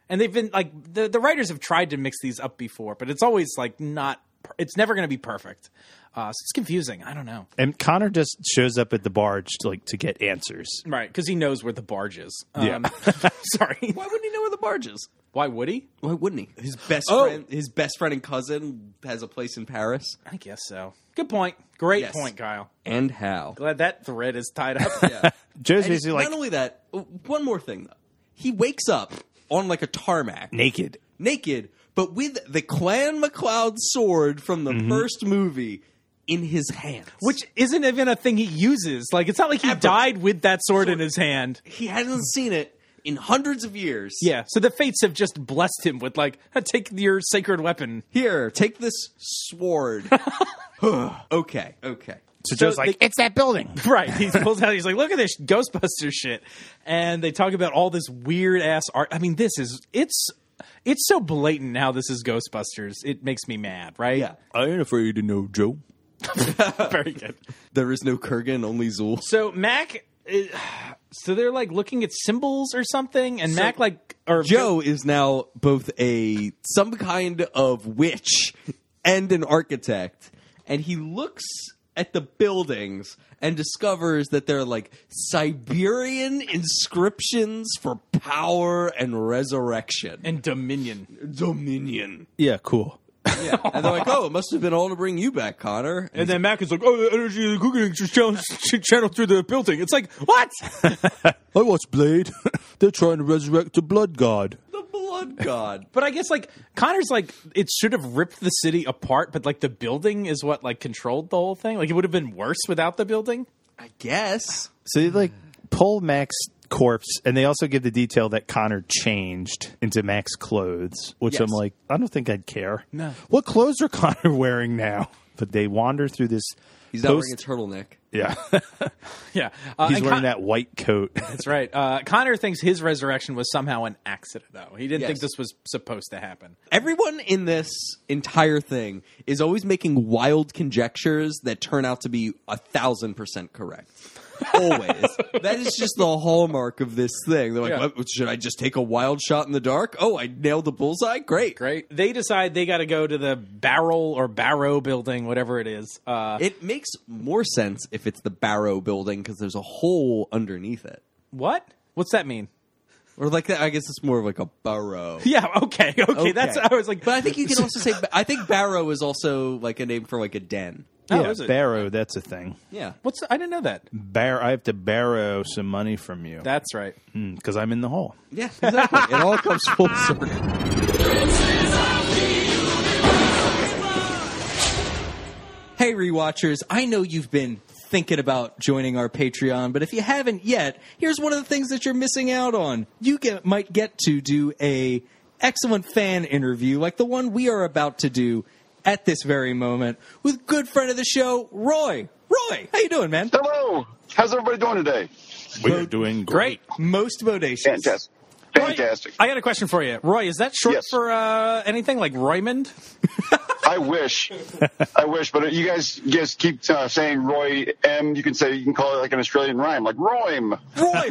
and they've been like the the writers have tried to mix these up before, but it's always like not. per- It's never going to be perfect. Uh, so it's confusing. I don't know. And Connor just shows up at the barge to, like to get answers. Right, because he knows where the barge is. Yeah. Um, sorry. Why wouldn't he know where the barge is? Why would he? Why wouldn't he? His best Oh. friend, his best friend and cousin, has a place in Paris. I guess so. Good point. Great Yes. point, Kyle. And how? Glad that thread is tied up. Yeah. Joe's And basically like not only that. oh, One more thing though. He wakes up on like a tarmac. naked. naked, but with the Clan McLeod sword from the first movie in his hands. Which isn't even a thing he uses. Like it's not like he died with that sword in his hand. he hasn't seen it. in hundreds of years. Yeah. So the fates have just blessed him with like, take your sacred weapon. Here, take this sword. okay, okay. So, Joe's like, it's that building. Right. He pulls out. He's like, look at this Ghostbuster shit. And they talk about all this weird ass art. I mean, this is it's it's so blatant how this is Ghostbusters. It makes me mad. Right. Yeah. I ain't afraid to know Joe. Very good. There is no Kurgan, only Zool. So Mac. Is, so they're like looking at symbols or something, and Mac like or Joe is now both a some kind of witch and an architect, and he looks at the buildings and discovers that they're like Siberian inscriptions for power and resurrection and Dominion. dominion. Yeah, cool. Yeah, and they're like, "Oh, it must have been all to bring you back, Connor." And then Mac is like, "Oh, the energy of the cooking is channeled, channeled through the building." It's like, what? I watched Blade. They're trying to resurrect the blood god. the blood god. But I guess like Connor's like it should have ripped the city apart, but like the building is what like controlled the whole thing. Like it would have been worse without the building. I guess. So they like pull Mac's corpse, and they also give the detail that Connor changed into Mac's clothes, which I'm Yes. like, I don't think I'd care. No. What clothes are Connor wearing now? But they wander through this. He's not post- wearing a turtleneck. Yeah, Yeah, uh, he's and wearing Con- that white coat. That's right. Uh, Connor thinks his resurrection was somehow an accident, though. He didn't Yes. think this was supposed to happen. Everyone in this entire thing is always making wild conjectures that turn out to be a thousand percent correct. Always. that is just the hallmark of this thing. They're like, Yeah. "What- should I just take a wild shot in the dark? Oh, I nailed the bullseye? Great. Right? They decide they got to go to the barrel or barrow building, whatever it is. Uh, It makes more sense if it's the Barrow building because there's a hole underneath it. what? What's that mean? Or like that, I guess it's more of like a burrow. Yeah. Okay. Okay. That's. I was like, But I think you can also say, I think Barrow is also like a name for like a den. oh, yeah, is it? barrow. That's a thing. Yeah. What's? I didn't know that. Bar- I have to barrow some money from you That's right. because I'm in the hole. Yeah, exactly. it all comes full circle. Hey, rewatchers, I know you've been thinking about joining our Patreon, but if you haven't yet, here's one of the things that you're missing out on. You get, might get to do a excellent fan interview like the one we are about to do at this very moment with good friend of the show, Roy. Roy, how you doing, man? Hello. How's everybody doing today? We're doing Great. Most bodacious. Fantastic. Fantastic. I got a question for you, Roy. Is that short Yes. for uh, anything like Roymond? I wish. I wish, but you guys just keep uh, saying Roy M. You can say you can call it like an Australian rhyme, like Roym. Roy,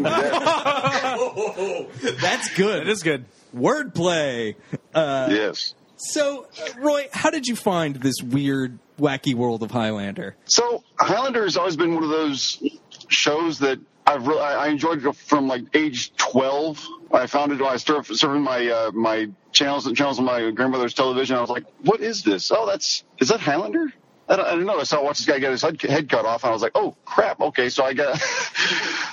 that's good. It is good. Wordplay. yes. So, uh, Roy, how did you find this weird, wacky world of Highlander? So Highlander has always been one of those shows that I've re- I I enjoyed it from like age twelve. I found it. I started serving my uh, my channels channels on my grandmother's television. I was like, "What is this? Oh, that's is that Highlander?" I don't, I don't know. So I watched this guy get his head, head cut off, and I was like, "Oh crap! Okay." So I got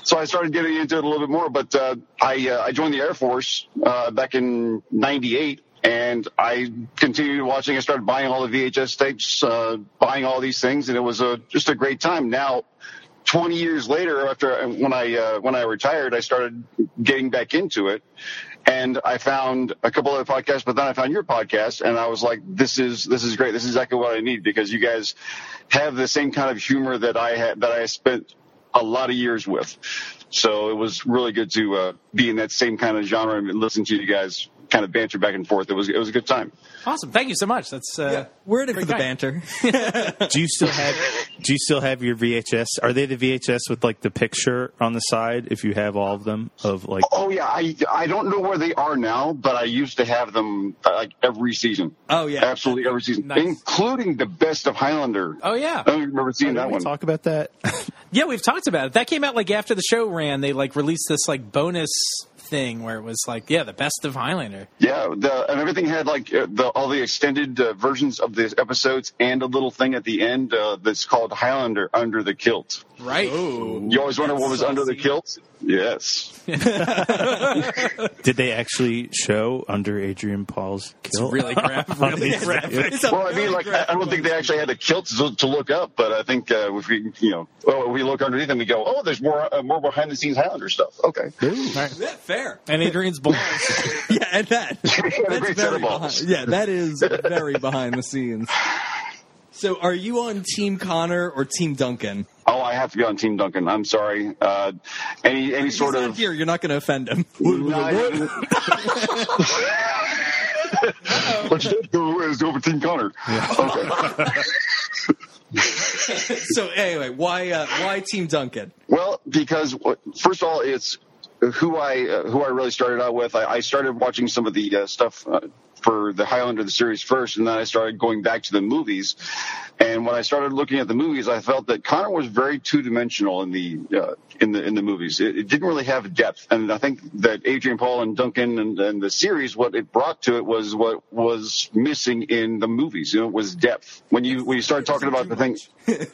so I started getting into it a little bit more. But uh, I uh, I joined the Air Force uh, back in '98 and I continued watching. I started buying all the VHS tapes, uh, buying all these things, and it was a just a great time. Now, 20 years later, after when I uh, when I retired, I started getting back into it, and I found a couple other podcasts, but then I found your podcast, and I was like, this is this is great. This is exactly what I need because you guys have the same kind of humor that I had that I spent a lot of years with. So it was really good to uh, be in that same kind of genre and listen to you guys kind of banter back and forth. It was it was a good time. Awesome. Thank you so much. That's uh, We're in it for the guy. banter. Do you still have? Do you still have your VHS? Are they the VHS with like the picture on the side? If you have all of them, of like Oh yeah, I I don't know where they are now, but I used to have them uh, like every season. Oh, yeah. absolutely every season, Nice. including the best of Highlander. Oh, yeah. I don't remember seeing Did that we one. talk about that? Yeah, we've talked about it. That came out like after the show ran. They like released this like bonus thing where it was like, yeah, the best of Highlander. Yeah, the, and everything had like uh, the, all the extended uh, versions of the episodes and a little thing at the end uh, that's called Highlander under the kilt. Right. You always wonder what was under the kilt. Yes. Did they actually show under Adrian Paul's kill? Really crap. Really crap. Well, I mean, like I I don't think they actually had the kilt to, to look up, but I think uh, if we, you know, well, we look underneath and we go, oh, there's more uh, more behind the scenes Highlander stuff. Okay. Fair fair. and Adrian's balls. Yeah, and that. a that's great set very of balls. behind, yeah, that is very behind the scenes. So, are you on Team Connor or Team Duncan? Oh, I have to be on Team Duncan. I'm sorry. Uh, any any sort He's of not here. You're not going to offend him. No, I didn't. What you did do is go for Team Connor. Okay. so, anyway, why uh, why Team Duncan? Well, because uh, first of all, it's who I uh, who I really started out with. I, I started watching some of the uh, stuff uh, for the Highlander the series first, and then I started going back to the movies. And when I started looking at the movies, I felt that Connor was very two dimensional in the uh, in the in the movies. It, it didn't really have depth, and I think that Adrian Paul and Duncan and, and the series, what it brought to it was what was missing in the movies. You know, was depth. When you when you start talking about the thing,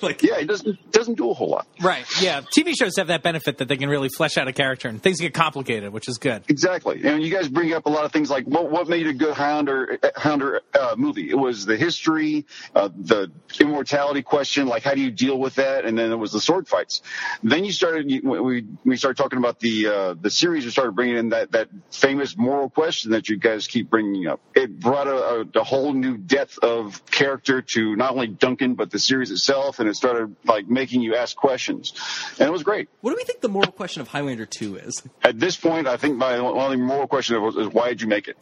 like, yeah, it doesn't doesn't do a whole lot. right. Yeah. TV shows have that benefit that they can really flesh out a character and things get complicated, which is good. Exactly, and you guys bring up a lot of things like what what made a good Highlander Highlander uh, movie. It was the history, uh, the immortality question, like how do you deal with that, and then it was the sword fights. Then you started you, we we started talking about the uh, the series. We started bringing in that that famous moral question that you guys keep bringing up. It brought a, a, a whole new depth of character to not only Duncan but the series itself, and it started like making you ask questions, and it was great. what do we think the moral question of Highlander Two is? At this point, I think my only moral question was, is why did you make it?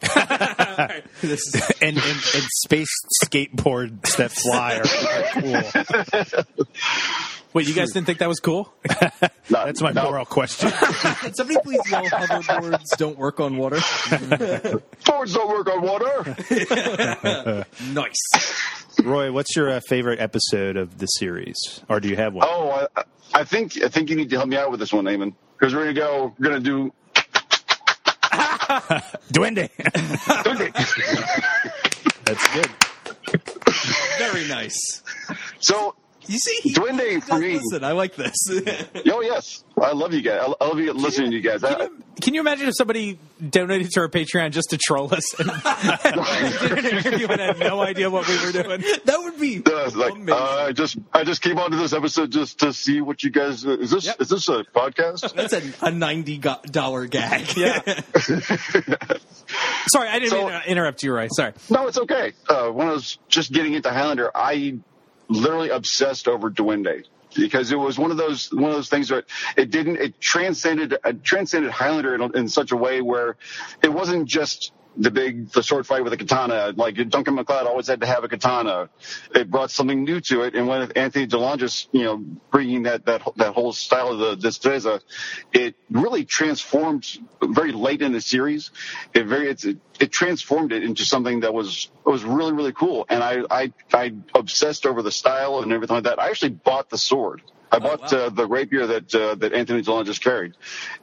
This is- and, and, and space skateboards that fly are, are cool. Wait, you guys didn't think that was cool? Not- That's my not- moral question. Can somebody please yell hoverboards don't work on water? Fords don't work on water. Nice. Roy, what's your uh, favorite episode of the series, or do you have one? oh, I, I think I think you need to help me out with this one, Eamon. Because we're gonna go. We're gonna do. Duende. That's good. Very nice. So, You see, he, Duende he does for me. Listen, I like this. oh yes, I love you guys. I, I love you listening to you guys. I, Can you imagine if somebody donated to our Patreon just to troll us and, and did an interview and had no idea what we were doing? that would be I was like, amazing. uh, I just I just came onto this episode just to see what you guys. Is this Yep. is this a podcast? That's a, a ninety go- dollar gag. Yeah. Sorry, I didn't So- mean to interrupt you, Roy. Sorry. no, it's okay. Uh, when I was just getting into Highlander, I literally obsessed over Duende. Because it was one of those one of those things that it didn't it transcended it transcended Highlander in, in such a way where it wasn't just the big the sword fight with a katana like Duncan McLeod always had to have a katana. It brought something new to it, and when Anthony DeLongis you know bringing that that that whole style of the destreza, it really transformed very late in the series. It very it's, it, it transformed it into something that was was really really cool, and I I I obsessed over the style and everything like that. I actually bought the sword. I bought wow. uh, the rapier that uh, that Anthony DeLongis carried,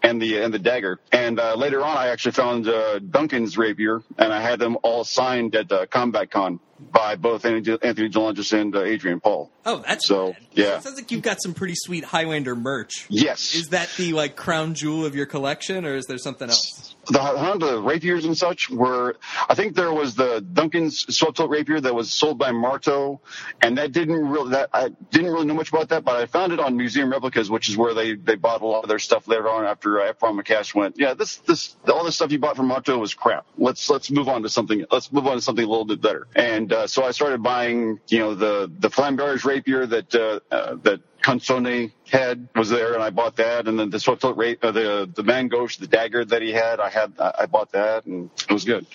and the and the dagger. And uh, later on, I actually found uh, Duncan's rapier, and I had them all signed at uh, Combat Con by both Anthony Anthony DeLongis and uh, Adrian Paul. Oh, that's So, yeah. It sounds like you've got some pretty sweet Highlander merch. Yes, Is that the like crown jewel of your collection, or is there something else? the Honda rapiers and such were, I think there was the Duncan's swell tilt rapier that was sold by Marto, and that didn't really, that I didn't really know much about that, but I found it on Museum Replicas, which is where they, they bought a lot of their stuff later on after uh, Efron McCash went, yeah, this, this, all this stuff you bought from Marto was crap. Let's, let's move on to something, let's move on to something a little bit better. And, uh, so I started buying, you know, the, the Flamberger's rapier that, uh, uh, that Consone head was there, and I bought that. And then the Soto, uh, the the Mangosh, the dagger that he had, I had, I I bought that, and it was good.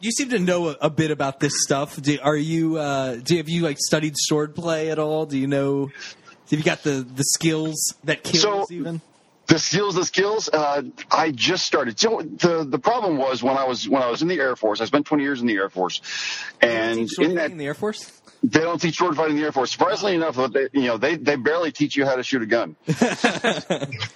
You seem to know a, a bit about this stuff. Do, are you? Uh, do have you like studied swordplay at all? Do you know? Have you got the the skills that kills So- even? The skills, the skills. Uh, I just started. So the the problem was when I was when I was in the Air Force. I spent 20 years in the Air Force, and Swordplay in that in the Air Force. they don't teach sword fighting in the Air Force. Surprisingly enough, they, you know, they, they barely teach you how to shoot a gun.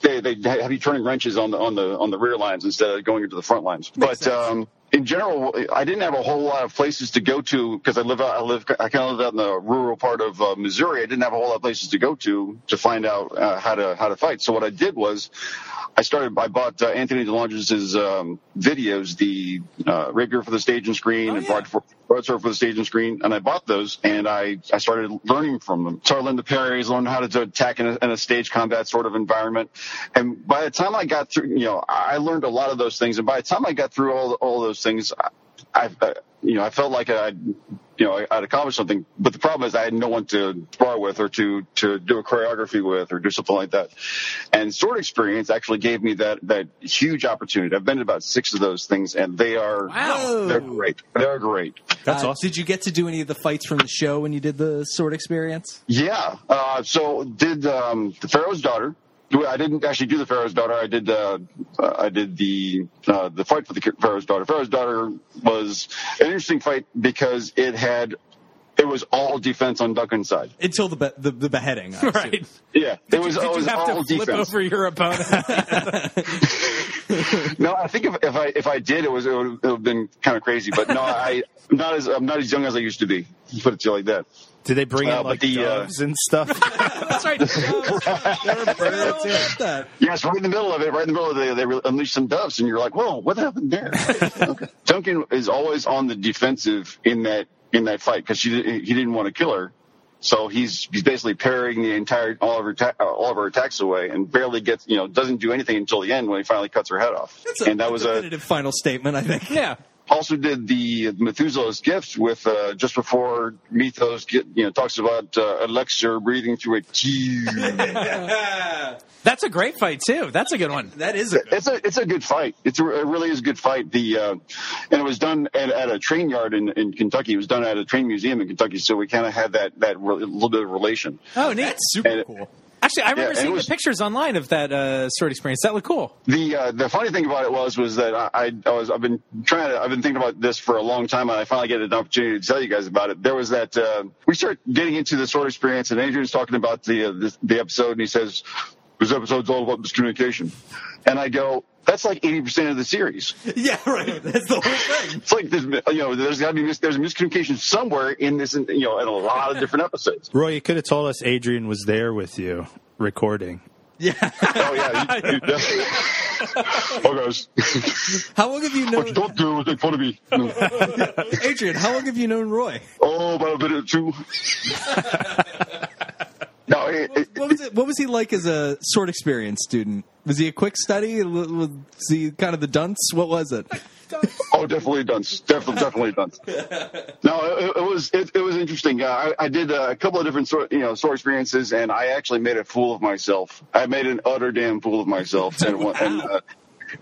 they, they have you turning wrenches on the on the on the rear lines instead of going into the front lines. but um, in general, I didn't have a whole lot of places to go to because I live out, I live, I kind of live out in the rural part of uh, Missouri. I didn't have a whole lot of places to go to to find out uh, how to how to fight. So what I did was, I started. I bought uh, Anthony DeLonges's um, videos, the uh, Rapier for the Stage and Screen, and Broad Broadsword for the Stage and Screen, and I bought those and I I started learning from them. Started learning the parries, learned how to do- attack in a, in a stage combat sort of environment. And by the time I got through, you know, I I learned a lot of those things. And by the time I got through all all those things, I, I uh, you know I felt like I. You know, I'd accomplished something, but the problem is I had no one to spar with or to to do a choreography with or do something like that. And sword experience actually gave me that that huge opportunity. I've been to about six of those things, and they are Wow. they're great. They're great. That's Uh, awesome. Did you get to do any of the fights from the show when you did the sword experience? Yeah. Uh, so did um, the Pharaoh's daughter. I didn't actually do the Pharaoh's daughter. I did. Uh, uh, I did the uh, the fight for the Pharaoh's daughter. Pharaoh's daughter was an interesting fight because it had it was all defense on Duncan's side. Until the be- the, the beheading, I assume. Right. Yeah, it was. it was you have all to flip defense. over your opponent. No, I think if, if I if I did, it was it would, it would have been kind of crazy. But no, I I'm not as I'm not as young as I used to be. Put it to you like that. Did they bring in uh, but like the, uh, doves and stuff? That's right. That's it. That- Yes, right in the middle of it, right in the middle of it, they re- unleash some doves, and you're like, "Whoa, what happened there?" okay. Duncan is always on the defensive in that in that fight because she di- he didn't want to kill her, so he's he's basically parrying the entire all of her ta- uh, all of her attacks away, and barely gets you know doesn't do anything until the end when he finally cuts her head off. That's a and that was a definitive final statement, I think. Yeah. also did the Methuselah's gift with uh, just before Mythos get, you know talks about uh, elixir breathing through a tube. That's a great fight too. That's a good one. That is a it's a it's a good fight. It's a, it really is a good fight. The uh, and it was done at, at a train yard in, in Kentucky. It was done at a train museum in Kentucky. So we kind of had that that re- little bit of relation. Oh, neat. And super it- cool. Actually, I remember and it seeing was- the pictures online of that uh, sword experience. That looked cool. The uh, the funny thing about it was was that I, I, I was I've been trying to I've been thinking about this for a long time and I finally get an opportunity to tell you guys about it. There was that uh, we start getting into the sword experience and Adrian's talking about the uh, the, the episode and he says this episode's all about miscommunication, and I go that's like eighty percent of the series. Yeah, right. That's the whole thing. It's like there's you know there's got to be mis- there's miscommunication somewhere in this you know in a lot of different episodes. Roy, you could have told us Adrian was there with you recording. Oh yeah, you, you definitely. Oh guys, How long have you what you known don't do is make fun of me. No. Adrian? How long have you known Roy? Oh, about a minute or two. no, it, it, What was it? What was he like as a sword experience student? Was he a quick study? Was was he kind of the dunce? What was it? oh, definitely dunce. Definitely, definitely dunce. No, it, it was it, it was interesting. Uh, I, I did uh, a couple of different sort, you know sort experiences, and I actually made a fool of myself. I made an utter damn fool of myself, and, one- and uh,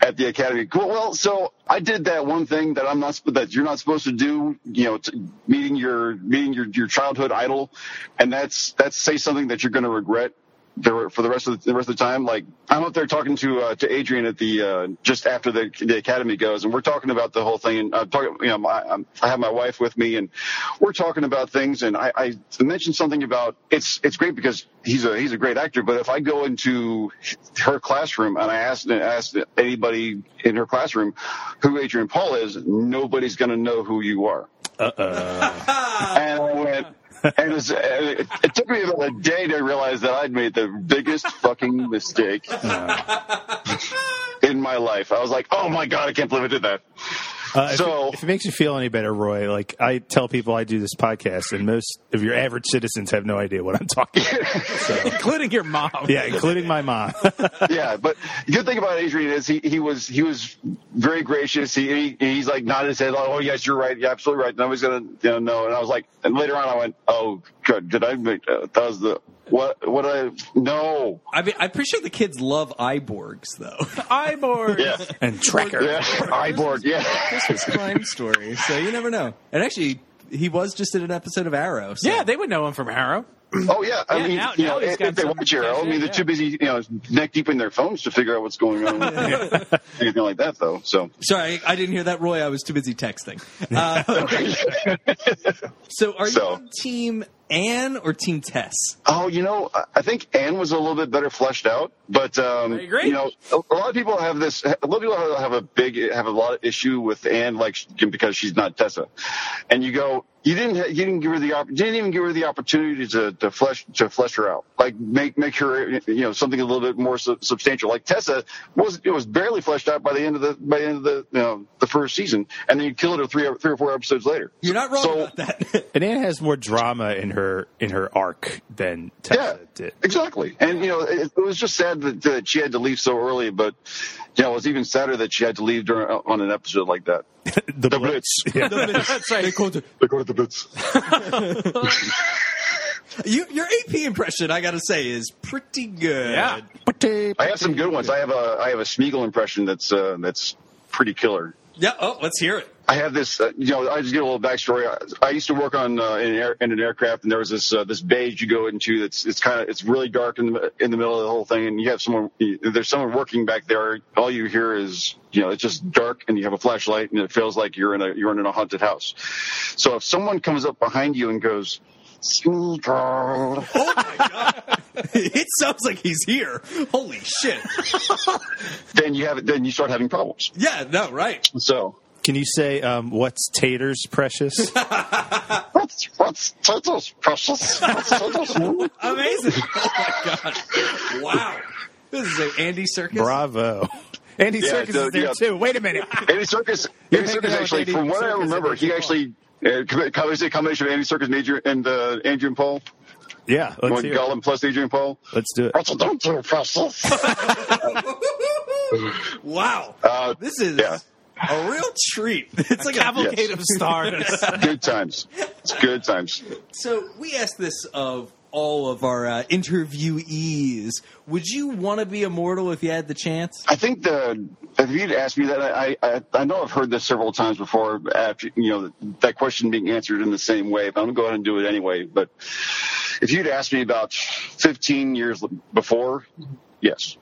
at the academy. Cool. Well, so I did that one thing that I'm not sp- that you're not supposed to do. You know, t- meeting your meeting your your childhood idol, and that's that's say something that you're going to regret. The, for the rest of the, the rest of the time, like I'm up there talking to uh, to Adrian at the uh, just after the the academy goes, and we're talking about the whole thing. And I'm talking, you know, my, I'm, I have my wife with me, and we're talking about things. And I, I mentioned something about it's it's great because he's a he's a great actor, but if I go into her classroom and I ask ask anybody in her classroom who Adrian Paul is, nobody's going to know who you are. Uh oh. and I went. And it, was, it it took me about a day to realize that I'd made the biggest fucking mistake in my life. I was like, "Oh my god, I can't believe I did that." Uh, if, So- it, if it makes you feel any better, Roy, like I tell people I do this podcast, and most of your average citizens have no idea what I'm talking about. So, Including your mom. yeah, including my mom. yeah, but the good thing about Adrian is he, he was he was very gracious. He, he he's like nodded his head, like, oh yes, you're right, you're absolutely right. Nobody's gonna you know, know. And I was like, and later on, I went, oh good, did I make uh, that was the what what I no I mean, I'm pretty sure the kids love Iborgs, though. Ivor. yeah and Tracker. yeah Iborg yeah Christmas crime story, so you never know. And actually, he was just in an episode of Arrow. So. Yeah, they would know him from Harrow. oh yeah I Yeah, mean now- you now know he's if, got if they some- watch Arrow I mean they're yeah. too busy you know neck deep in their phones to figure out what's going on anything like that though so Sorry, I didn't hear that, Roy. I was too busy texting. Uh, so, are you So- on team Anne or Team Tess? Oh, you know, I- I think Anne was a little bit better fleshed out, but um, I agree. you know, a a lot of people have this. A lot of people have a big have a lot of issue with Anne, like she- because she's not Tessa. And you go, you didn't ha- you didn't give her the opp- you didn't even give her the opportunity to, to flesh to flesh her out, like make make her you know something a little bit more sub- substantial. Like Tessa was it was barely fleshed out by the end of the by the end of the you know the first season, and then you killed her three three or four episodes later. You're not wrong So- about that. And Anne has more drama in her in her arc than Tessa did. Exactly. And, you know, it, it was just sad that, that she had to leave so early, but, you know, it was even sadder that she had to leave during, uh, on an episode like that. The, Blitz. Yeah. That's right. They go to the Blitz. You, your AP impression, I gotta say, is pretty good. Yeah. I have some good ones. I have a, I have a Smeagol impression that's, uh, that's pretty killer. Yeah. Oh, let's hear it. I have this, uh, you know, I just give a little backstory. I, I used to work on uh, in, an air, in an aircraft, and there was this uh, this beige you go into that's it's kind of it's really dark in the in the middle of the whole thing, and you have someone there's someone working back there. All you hear is you know it's just dark, and you have a flashlight, and it feels like you're in a you're in a haunted house. So if someone comes up behind you and goes. Smeagol. It sounds like he's here. Holy shit. Then you have it. Then you start having problems. Yeah. No. Right. So Can you say um, what's taters precious? what's what's turtles precious? What's turtles? hmm? Amazing. Oh my god. Wow. This is a Andy Circus. Bravo. Andy Yeah, Circus so- is there yeah. too. Wait a minute. Andy Circus. You're Andy hanging Circus out with actually, Andy from what Serkis I remember, and he Andy actually. Uh, com- com- it's a combination of Andy Circus Major and uh, Andrew and Paul. Yeah, let's One hear. it. Gollum plus Adrian Paul. Let's do it. Also, don't do process. wow. Uh, this is yeah. a real treat. It's like a Cavalcade of stars. good times. It's good times. So we asked this of all of our uh, interviewees. Would you want to be immortal if you had the chance? I think the if you'd asked me that, I, I I know I've heard this several times before. After you know that question being answered in the same way, but I'm gonna go ahead and do it anyway. But if you'd asked me about 15 years before, yes.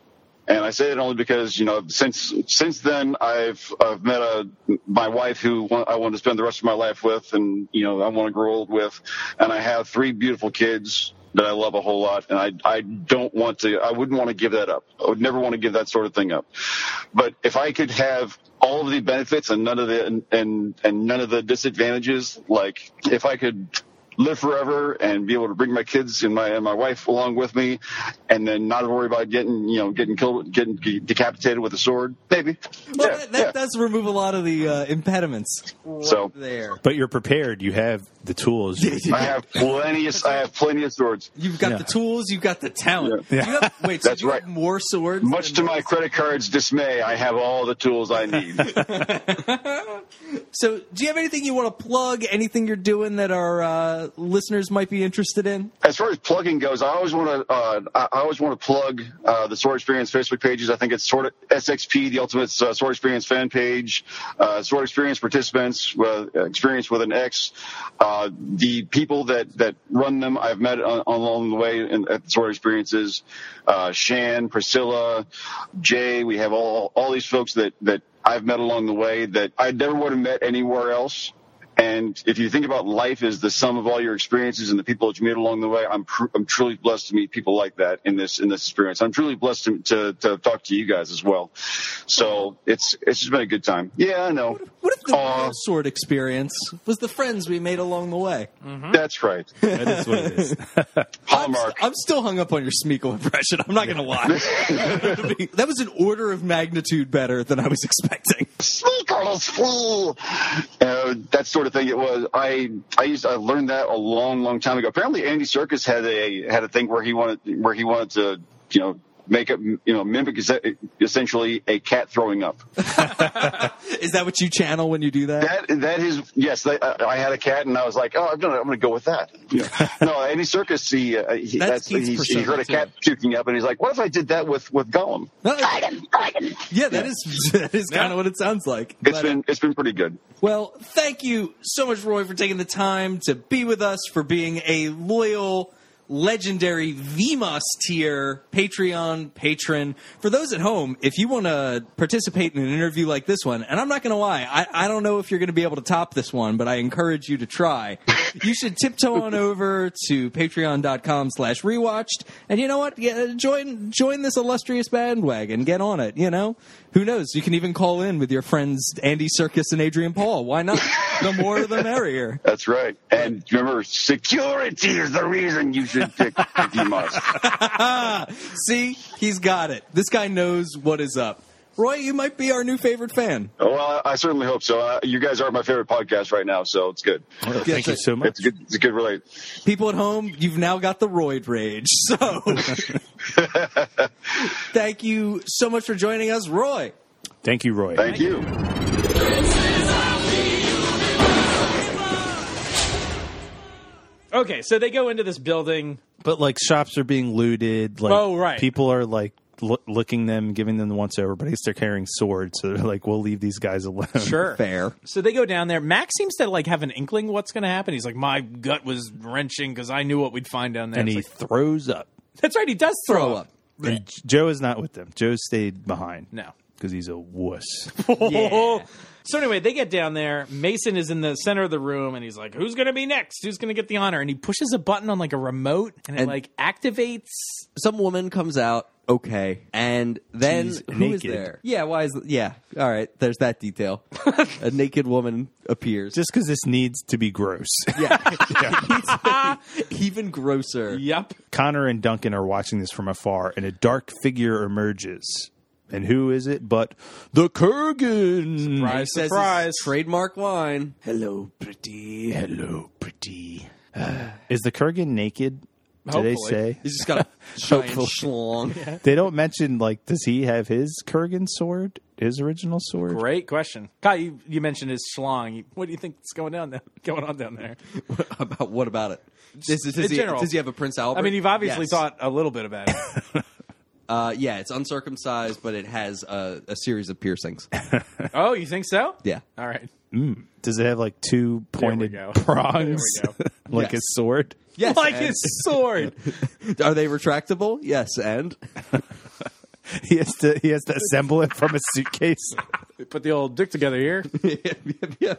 And I say it only because you know since since then I've I've met a my wife who wa- I want to spend the rest of my life with, and you know I want to grow old with, and I have three beautiful kids that I love a whole lot, and I I don't want to I wouldn't want to give that up. I would never want to give that sort of thing up. But if I could have all of the benefits and none of the and and, and none of the disadvantages, like if I could live forever and be able to bring my kids and my and my wife along with me, and then not worry about getting you know getting killed, getting de- decapitated with a sword, maybe. Well, yeah, that, that does remove a lot of the uh, impediments yeah. So there. But you're prepared. You have the tools. I have plenty of I have plenty of swords. You've got Yeah. the tools. You've got the talent. Yeah. You have, wait, so That's you have right. more swords? Much to than- my credit card's dismay, I have all the tools I need. So, do you have anything you want to plug? Anything you're doing that our uh, listeners might be interested in? as far as plugging goes, I always want to uh, I I always want to plug uh, the Sword Experience Facebook pages. I think it's sort of SXP, the Ultimate uh, Sword Experience fan page, uh, Sword Experience participants, uh, experience with an X. Uh, the people that that run them, I've met on, along the way in, at Sword Experiences. Uh, Shan, Priscilla, Jay. We have all all these folks that that I've met along the way that I never would have met anywhere else. And if you think about life as the sum of all your experiences and the people that you meet along the way, I'm pr- I'm truly blessed to meet people like that in this in this experience. I'm truly blessed to, to to talk to you guys as well. So it's it's just been a good time. Yeah, I know. What if the Aw. real sword experience was the friends we made along the way? That's right. That is what it is. Hallmark. I'm still hung up on your Smeagol impression. I'm not going to lie. that was an order of magnitude better than I was expecting. Sneakers, fool. Uh, that sort of thing. It was. I I used I learned that a long long time ago. Apparently, Andy Circus had a had a thing where he wanted where he wanted to you know make it you know mimic es- essentially a cat throwing up. Is that what you channel when you do that? That that is yes. That, I, I had a cat, and I was like, oh, I'm gonna I'm gonna go with that. You know? no, Andy Circus, he, uh, he That's that's, Keith's he, he persona, heard a too. cat puking up, and he's like, what if I did that with with Gollum? No, Fight it- him, fight him. yeah, that is that is kind of what it sounds like. It's But, uh, been it's been pretty good. well, thank you so much, Roy, for taking the time to be with us, for being a loyal legendary VMUS tier Patreon patron. For those at home, if you want to participate in an interview like this one, and I'm not going to lie, I, I don't know if you're going to be able to top this one, but I encourage you to try. you should tiptoe on over to patreon.com slash rewatched. And you know what? Yeah, join, join this illustrious bandwagon. Get on it, you know? Who knows? You can even call in with your friends Andy Circus and Adrian Paul. Why not? The more the merrier. That's right. And remember, security is the reason you should pick Mickey Mouse. See, he's got it. This guy knows what is up. Roy, you might be our new favorite fan. Oh, Well, I certainly hope so. Uh, you guys are my favorite podcast right now, so it's good. Thank you so much. It's a good. It's a good relate. People at home, you've now got the roid rage. So, thank you so much for joining us, Roy. Thank you, Roy. Thank you. Okay, so they go into this building. But like shops are being looted. Like, Oh, right. People are like loo- looking them, giving them the once over. But at least they're carrying swords, so they're like, we'll leave these guys alone. Sure. Fair. So they go down there. Max seems to like have an inkling what's going to happen. He's like, my gut was wrenching because I knew what we'd find down there. And It's he like, throws up. that's right. He does throw, Throw up. up. And Joe is not with them. Joe stayed behind. No. because he's a wuss. Yeah. So anyway, they get down there. Mason is in the center of the room, and he's like, "Who's going to be next? Who's going to get the honor?" And he pushes a button on like a remote, and, it And- like activates. Some woman comes out. Okay, and then She's who is naked. there? Yeah, why is yeah? All right, there's that detail. A naked woman appears. Just because this needs to be gross. even grosser. Yep. Connor and Duncan are watching this from afar, and a dark figure emerges. And who is it but the Kurgan? Surprise! Says his surprise! trademark line. Hello, pretty. Hello, pretty. is the Kurgan naked? Did Hopefully. they say? He's just got a giant schlong. They don't mention, like, does he have his Kurgan sword? His original sword? Great question, Kai. You, you mentioned his schlong. You- What do you think's going down there? Going on down there? About what about it? Does, does, in he, general. does he have a Prince Albert? I mean, you've obviously Yes. thought a little bit about it. Uh, yeah, it's uncircumcised, but it has a, a series of piercings. oh, you think so? Yeah. All right. Does it have, like, two pointed go. prongs? There we like Yes. his sword? Yes. like and- his sword. Are they retractable? Yes, and He has to, he has to assemble it from a suitcase. Put the old dick together here. yeah.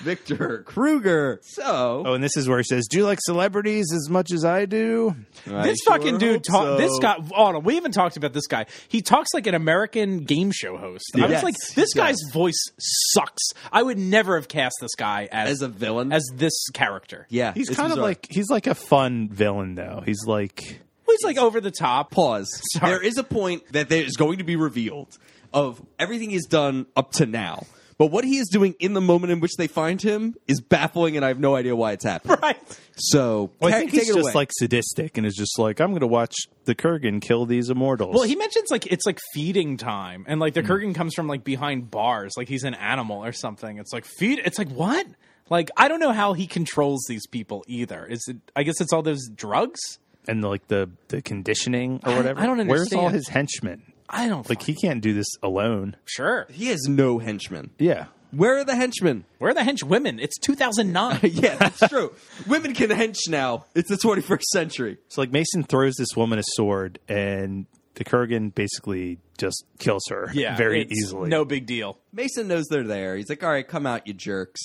Victor Kruger. So Oh, and this is where he says, "Do you like celebrities as much as I do?" this sure fucking dude. hope Talk, so. This guy. Oh, no, we haven't talked about this guy. He talks like an American game show host. I was Yes, like, he this guy's does. voice sucks. I would never have cast this guy as as a villain, as this character. yeah, He's it's kind of bizarre. like he's like a fun villain though. He's like he's like over the top. pause. Sorry. There is a point that there is going to be revealed of everything he's done up to now. But what he is doing in the moment in which they find him is baffling, and I have no idea why it's happening. Right. So well, I ta- think take he's it just away. like sadistic and is just like I'm going to watch the Kurgan kill these immortals. Well, he mentions like it's like feeding time, and like the Kurgan comes from like behind bars, like he's an animal or something. It's like feed. It's like what? Like I don't know how he controls these people either. Is it? I guess it's all those drugs. and like the the conditioning or I- whatever. I don't Where's all understand. his henchmen? I don't Like he can't do this alone. sure. he has no henchmen. Yeah. Where are the henchmen? Where are the hench women? It's 2009. Yeah, that's true. Women can hench now. It's the 21st century. So like Mason throws this woman a sword and the Kurgan basically just kills her very it's easily. No big deal. Mason knows they're there. He's like, all right, come out, you jerks.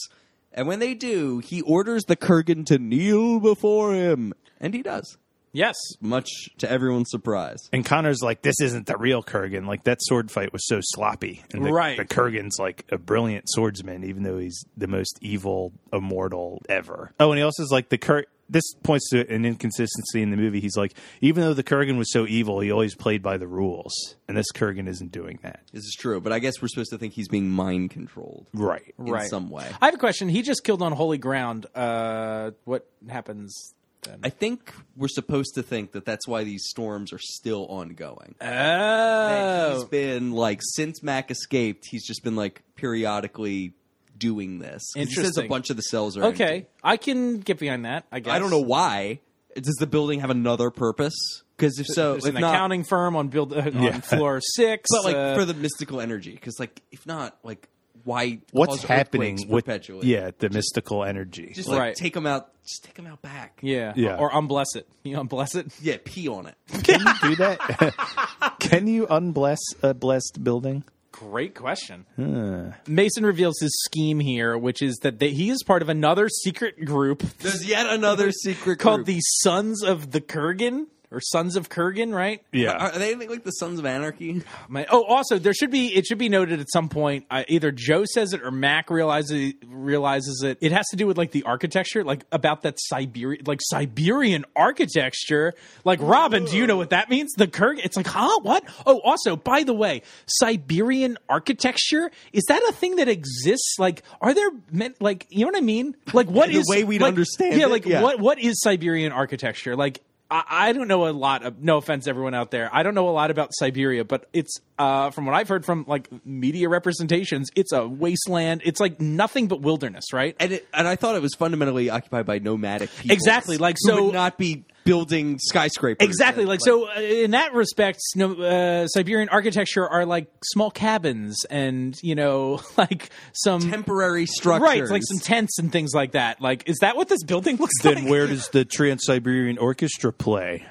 And when they do, he orders the Kurgan to kneel before him. And he does, Yes. much to everyone's surprise. And Connor's like, this isn't the real Kurgan. Like that sword fight was so sloppy. And the, Right. The Kurgan's like a brilliant swordsman, even though he's the most evil immortal ever. Oh, and he also is like the Kur. This points to an inconsistency in the movie. He's like, even though the Kurgan was so evil, he always played by the rules, and this Kurgan isn't doing that. This is true, but I guess we're supposed to think he's being mind controlled Right. in some way. I have a question. He just killed on holy ground. Uh, what happens? I think we're supposed to think that that's why these storms are still ongoing. Oh. He's been like since Mac escaped, he's just been like periodically doing this. 'Cause He says Interesting. a bunch of the cells are empty. Okay. I can get behind that, I guess. I don't know why. Does the building have another purpose? Because if so, There's if an not, accounting firm on build uh, on floor six. but like uh, for the mystical energy. Because like if not, like why What's cause happening earthquakes with perpetually? yeah the mystical energy? just like Right. take them out. Just take them out back. Yeah. Yeah. Or unbless it. You unbless it? Yeah, pee on it. Can you do that? Can you unbless a blessed building? Great question. Mason reveals his scheme here, which is that they, he is part of another secret group There's yet another secret called group. the Sons of the Kurgan or Sons of Kurgan, right? Yeah. Are they like the Sons of Anarchy? My, oh, also there should be it should be noted at some point I, either Joe says it or Mac realizes realizes it. It has to do with like the architecture, like about that Siberian like Siberian architecture. Like Robin, do you know what that means? The Kurg. It's like, huh? What? Oh, also by the way, Siberian architecture is that a thing that exists? Like, are there men, like you know what I mean? Like, what is The way we'd like- understand Yeah, it, like yeah. what what is Siberian architecture like? I, I don't know a lot. Of, no offense, everyone out there. I don't know a lot about Siberia, but it's uh, from what I've heard from like media representations, it's a wasteland. It's like nothing but wilderness, right? And it, and I thought it was fundamentally occupied by nomadic people. Exactly, like, who so- would not be building skyscrapers. Exactly. and, Like so, uh, in that respect, no, uh, Siberian architecture are like small cabins and you know, like some temporary structures. right, it's like some tents and things like that. Like, is that what this building looks Then like? where does the Trans Siberian Orchestra play?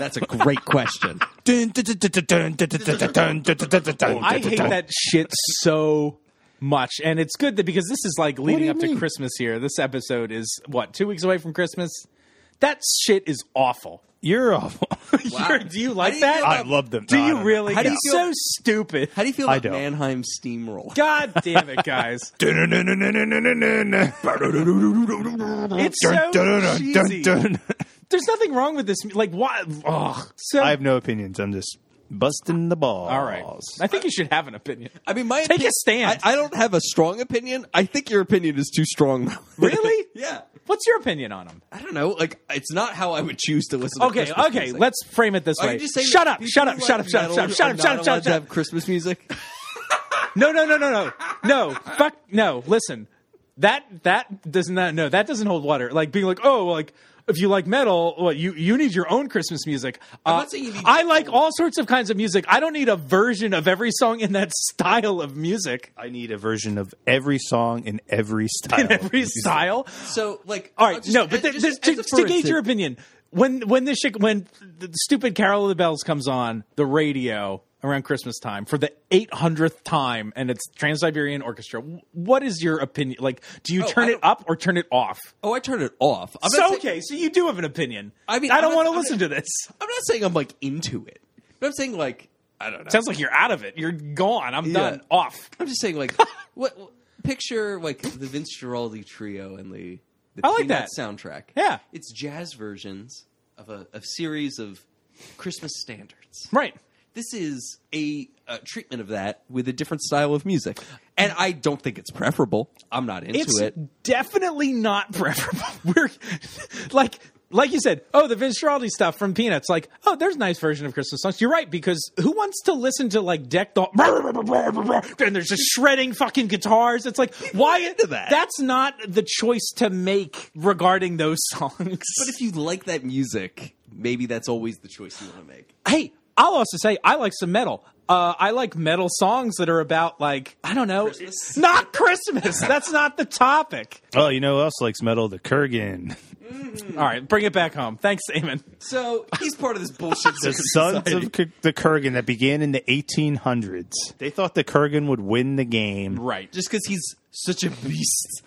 That's a great question. Oh, I hate that shit so much, and it's good that because this is like leading you up mean? to Christmas here. This episode is what two weeks away from Christmas. That shit is awful. You're awful. You're- do you like do you that? feel I love them. do No, I you don't really? How do you It's feel- so stupid. How do you feel I about don't. Mannheim Steamroll? God damn it, guys! It's so cheesy. There's nothing wrong with this. Like, why? Ugh. So I have no opinions. I'm just busting the balls. all right. I think you should have an opinion. I mean, my Take a opinion- stand. I, I don't have a strong opinion. I think your opinion is too strong. Really? yeah. What's your opinion on them? I don't know. Like, it's not how I would choose to listen. to Okay, Christmas okay. music. Let's frame it this Are way. you just saying Shut that up! people Shut up! who Shut like up! Shut up! Shut metal up! Shut are up! not Shut up! allowed Shut to up! have Christmas music. No, no, no, no, no, no. Fuck no. Listen, that that does not no. That doesn't hold water. Like being like, oh, like if you like metal, what you you need your own Christmas music. Uh, not saying you need- I like all sorts of kinds of music. I don't need a version of every song in that style of music. I need a version of every song in every style. In every style. So, like, All right, no, but th- this, to, to gauge your opinion, when when this shit, when the stupid Carol of the Bells comes on the radio around Christmas time for the 800th time, and it's Trans Siberian Orchestra, wh- what is your opinion? Like, do you Oh, I turn it don't- up or turn it off? Oh, I turned it off. I'm so not saying- okay, so you do have an opinion. I mean, I I'm don't not- want to I'm listen not- to this. I'm not saying I'm like into it, but I'm saying like I don't know. Sounds like you're out of it. You're gone. I'm done. Off. I'm just saying like what, what- picture like the Vince Giraldi trio and the, the I like Peanuts that. soundtrack. Yeah. it's jazz versions of a, a series of Christmas standards. Right. This is a, uh treatment of that with a different style of music, and I don't think it's preferable. I'm not into It's it. definitely not preferable. We're like like you said, oh, the Vince Giraldi stuff from Peanuts, like, oh, there's a nice version of Christmas songs. You're right, because who wants to listen to like deck the and there's just shredding fucking guitars? It's like why into that. That's not the choice to make regarding those songs. But if you like that music, maybe that's always the choice you want to make. hey, I'll also say I like some metal. Uh, I like metal songs that are about like I don't know, Christmas? not Christmas. That's not the topic. Oh, you know who else likes metal? The Kurgan. All right, bring it back home. Thanks, Eamon. So he's part of this bullshit. The sons of K- the Kurgan that began in the 1800s. They thought the Kurgan would win the game, Right. just because he's such a beast.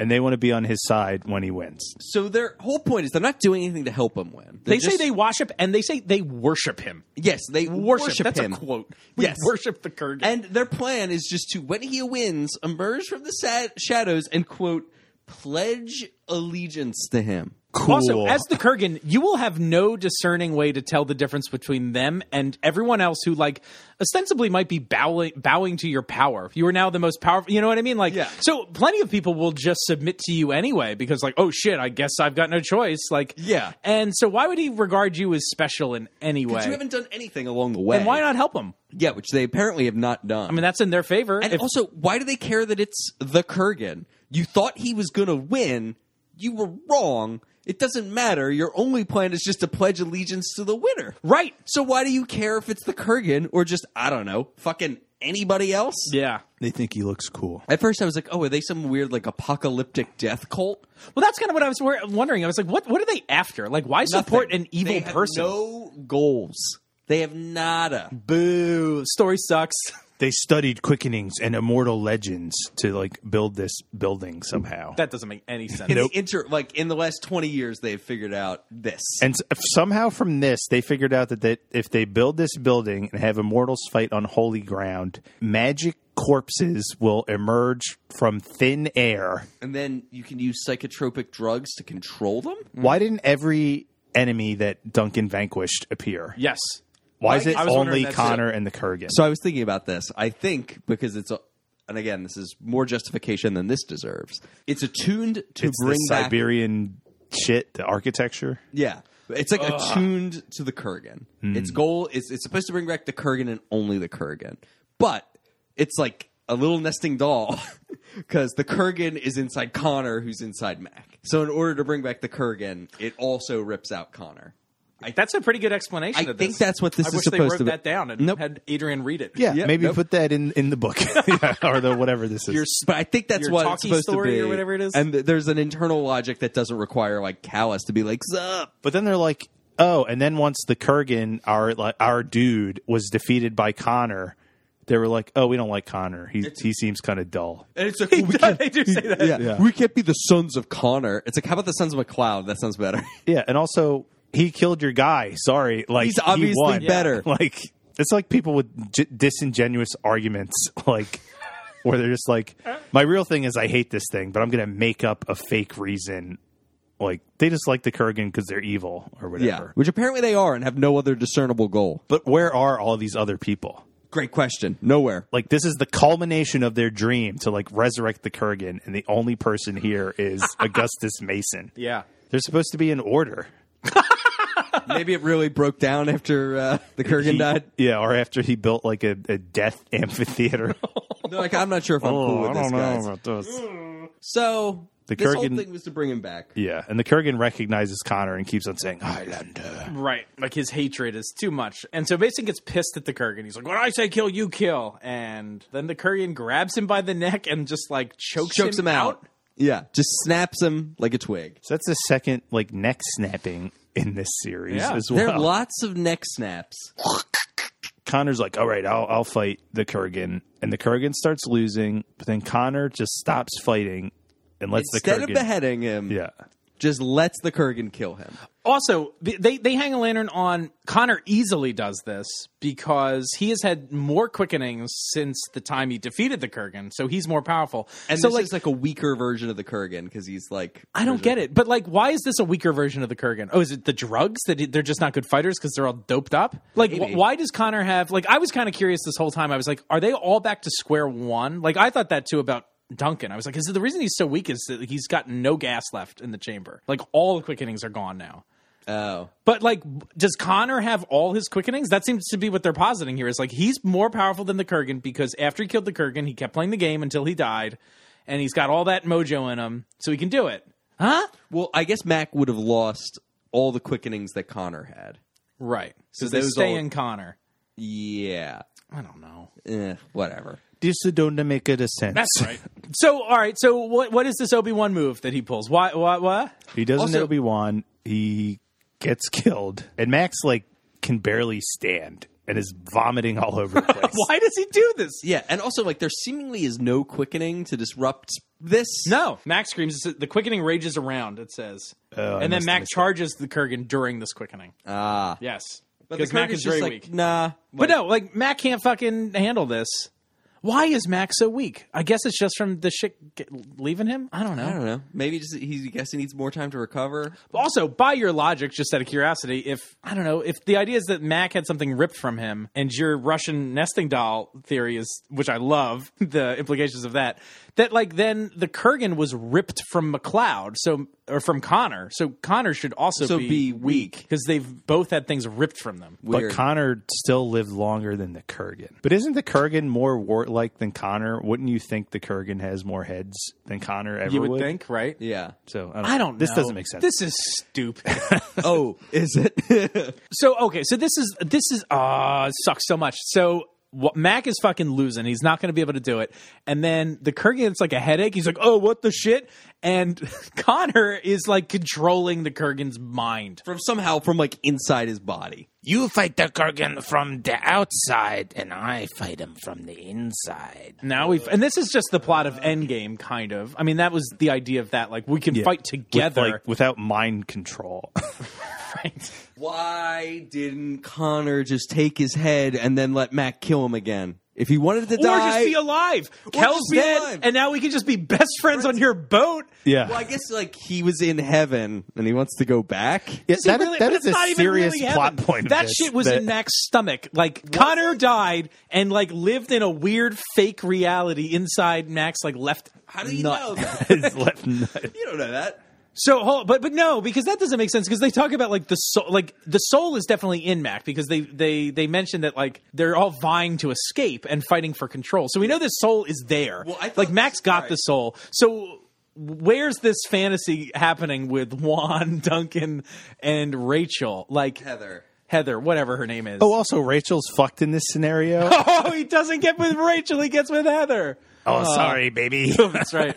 and they want to be on his side when he wins. So their whole point is they're not doing anything to help him win. They They're just- say they worship and they say they worship him. yes they Worship, worship, that's him. a quote. We Yes. worship the Kurgan. And their plan is just to when he wins, emerge from the sad shadows and quote pledge allegiance to him. Cool. Also, as the Kurgan, you will have no discerning way to tell the difference between them and everyone else who, like, ostensibly might be bowing, bowing to your power. You are now the most powerful. You know what I mean? Like, Yeah. so plenty of people will just submit to you anyway because, like, oh shit, I guess I've got no choice. Like, Yeah. And so, why would he regard you as special in any way? But you haven't done anything along the way. and why not help him? Yeah, which they apparently have not done. I mean, that's in their favor. and If- also, why do they care that it's the Kurgan? You thought he was going to win. You were wrong. It doesn't matter. Your only plan is just to pledge allegiance to the winner. right. So why do you care if it's the Kurgan or just I don't know, fucking anybody else. Yeah. They think he looks cool. At first, I was like, "Oh, are they some weird like apocalyptic death cult?" Well, that's kind of what I was wor- wondering. I was like, what What are they after? Like, why support Nothing. an evil They have person? no goals. They have nada. Boo. Story sucks. They studied quickenings and immortal legends to like build this building somehow. That doesn't make any sense. In the inter, like in the last twenty years, they have figured out this. and s- somehow from this, they figured out that they, if they build this building and have immortals fight on holy ground, magic corpses will emerge from thin air. and then you can use psychotropic drugs to control them. Why didn't every enemy that Duncan vanquished appear? yes. Why is it I was wondering only that too. Connor and the Kurgan? So I was thinking about this. I think because it's a, and again, this is more justification than this deserves. It's attuned to it's the bring back. Siberian shit, the architecture. Yeah, it's like attuned to the Kurgan. Its goal is it's supposed to bring back the Kurgan and only the Kurgan, but it's like a little nesting doll because the Kurgan is inside Connor, who's inside Mac. So in order to bring back the Kurgan, it also rips out Connor. That's a pretty good explanation I of this. think that's what this I is wish they supposed wrote to be. that down and Nope. had Adrian read it. Yeah, Yep, maybe nope. put that in, in the book Yeah, or the whatever this is. But I think that's your what it's talkie supposed story to be, or whatever it is. And th- there's an internal logic that doesn't require like Callus to be like Zup. But then they're like, oh, and then once the Kurgan, our like, our dude, was defeated by Connor, they were like, oh, we don't like Connor. He he seems kind of dull. And it's like we can't, they do say that. yeah, we can't be the sons of Connor. It's like how about the sons of McCloud? That sounds better. Yeah, and also he killed your guy. Sorry, like He's he obviously won. better. Like it's like people with j- disingenuous arguments, like where they're just like, my real thing is I hate this thing, but I'm gonna make up a fake reason. Like they just like the Kurgan because they're evil or Yeah, whatever. which apparently they are and have no other discernible goal. But where are all these other people? Great question. Nowhere. like this is the culmination of their dream to like resurrect the Kurgan, and the only person here is Augustus Mason. Yeah. They're supposed to be in order. Maybe it really broke down after uh, the Kurgan He- died. Yeah, or after he built like a, a death amphitheater. They're like, I'm not sure if I'm Oh, cool with this, guys. this. So The this whole Kurgan- thing was to bring him back. Yeah, and the Kurgan recognizes Connor and keeps on saying Highlander. Right. Like his hatred is too much. And so Mason gets pissed at the Kurgan. He's like, when I say kill, you kill. And then the Kurgan grabs him by the neck and just like chokes, Chokes him out. Yeah, just snaps him like a twig. So that's the second like neck snapping in this series Yeah. as There are well. lots of neck snaps. Connor's like, all right, I'll, I'll fight the Kurgan. And the Kurgan starts losing, but then Connor just stops fighting and lets Instead the of Kurgan. beheading him, yeah. just lets the Kurgan kill him. Also, th- they, they hang a lantern on Connor easily does this because he has had more quickenings since the time he defeated the Kurgan. So he's more powerful. And so this like, is like a weaker version of the Kurgan because he's like I don't get it. But like, why is this a weaker version of the Kurgan? Oh, is it the drugs that he- they're just not good fighters because they're all doped up? Like, wh- Maybe. why does Connor have? Like, I was kind of curious this whole time. I was like, are they all back to square one? Like, I thought that too about Duncan. I was like, is it the reason he's so weak is that he's got no gas left in the chamber? Like, all the quickenings are gone now. Oh, But like, does Connor have all his quickenings? That seems to be what they're positing here. Is like he's more powerful than the Kurgan because after he killed the Kurgan, he kept playing the game until he died, and he's got all that mojo in him, so he can do it. Huh? well, I guess Mac would have lost all the quickenings that Connor had. Right. So So they those stay all- in Connor. Yeah, I don't know. Eh, whatever. This don't make it a sense. right. so all right. So what what is this Obi Wan move that he pulls? Why why why? He doesn't Also- Obi Wan. He gets killed, and Max like can barely stand and is vomiting all over the place. Why does he do this? Yeah, and also like there seemingly is no quickening to disrupt this. No, Max screams. The quickening rages around. It says, Oh, and then must have Mac missed it. charges the Kurgan during this quickening. ah, Yes, But the because Mac Kurgan's is very just weak. like, Nah, But no, like Mac can't fucking handle this. Why is Mac so weak? I guess it's just from the shit get, leaving him. I don't know. I don't know. Maybe just he I guess he needs more time to recover. Also, by your logic, just out of curiosity, if I don't know, if the idea is that Mac had something ripped from him, and your Russian nesting doll theory is, which I love, the implications of that, that like then the Kurgan was ripped from McLeod, so or from Connor, so Connor should also So be be weak. because they've both had things ripped from them. But Connor still lived longer than the Kurgan. But isn't the Kurgan more warlike than Connor? Wouldn't you think the Kurgan has more heads than Connor ever You would think, right? yeah. So I don't. This know. doesn't make sense. This is stupid. Oh, is it? ah, So okay, so this is this is uh sucks so much. So wha- Mac is fucking losing. He's not going to be able to do it. And then the Kurgan's like a headache. He's like, oh, what the shit? And Connor is like controlling the Kurgan's mind. From somehow from like inside his body. You fight the Kurgan from the outside, and I fight him from the inside. Now we've, and this is just the plot of Endgame, kind of. I mean, that was the idea of that. Like, we can fight together. With, like without mind control. right. Why didn't Connor just take his head and then let Mac kill him again? If he wanted to Or die, just be alive. Kel's just be dead, alive. and now we can just be best friends on your boat. yeah. well, I guess like he was in heaven and he wants to go back. Yeah, Is it that is- really- that but is it's a not even serious really plot happened. point. of That this, shit was that- in Mac's stomach. Like Connor died and like lived in a weird fake reality inside Mac's like left. How do you nut. know that? his left nut. you don't know that. So, hold, but but no, because that doesn't make sense. Because they talk about like the soul, like the soul is definitely in Mac because they they they mentioned that like they're all vying to escape and fighting for control. So we know this soul is there. Well, I thought like this- Mac's got right. the soul. So where's this fantasy happening with Juan, Duncan, and Rachel? Like Heather. Heather, whatever her name is. Oh, also Rachel's fucked in this scenario. Oh, he doesn't get with Rachel. He gets with Heather. oh, sorry, baby. Oh, That's right.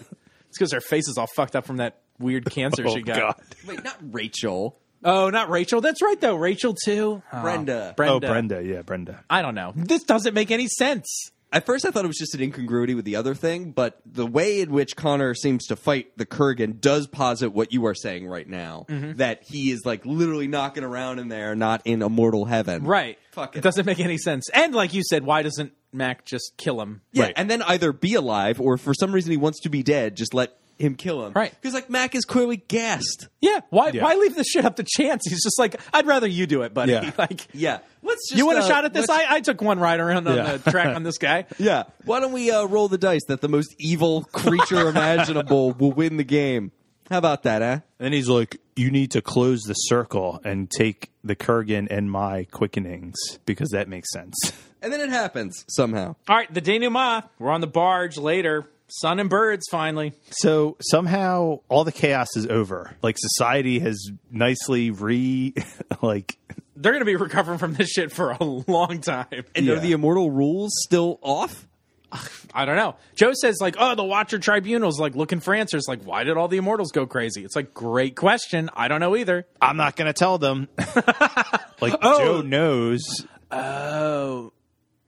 It's because her face is all fucked up from that weird cancer oh she got. God. Wait, not Rachel. Oh, not Rachel. That's right, though. Rachel, too. Uh, Brenda. Brenda. Oh, Brenda. Yeah, Brenda. I don't know. This doesn't make any sense. At first, I thought it was just an incongruity with the other thing, but the way in which Connor seems to fight the Kurgan does posit what you are saying right now that he is like literally knocking around in there, not in immortal heaven. Right. Fuck it. doesn't make any sense. And like you said, why doesn't Mac just kill him? Yeah, and then either be alive or if for some reason he wants to be dead, just let him kill him. Right. Because like Mac is clearly gassed. Yeah. Why Why leave this shit up to chance? He's just like, I'd rather you do it, buddy. Yeah. Like, Yeah. Let's just you want a uh, shot at this? let's- I, I took one ride around on Yeah. the track on this guy. Yeah. Why don't we uh, roll the dice that the most evil creature imaginable will win the game? How about that, eh? Then he's like, "You need to close the circle and take the Kurgan and my quickenings because that makes sense." And then it happens somehow. All right, the denouement. We're on the barge later. Sun and birds finally. So somehow all the chaos is over. Like society has nicely re, like They're going to be recovering from this shit for a long time. And Yeah. are the immortal rules still off? I don't know. Joe says like, "Oh, the Watcher Tribunal's like looking for answers. Like, why did all the immortals go crazy?" It's like, great question. I don't know either. I'm not going to tell them. like Joe knows. Oh,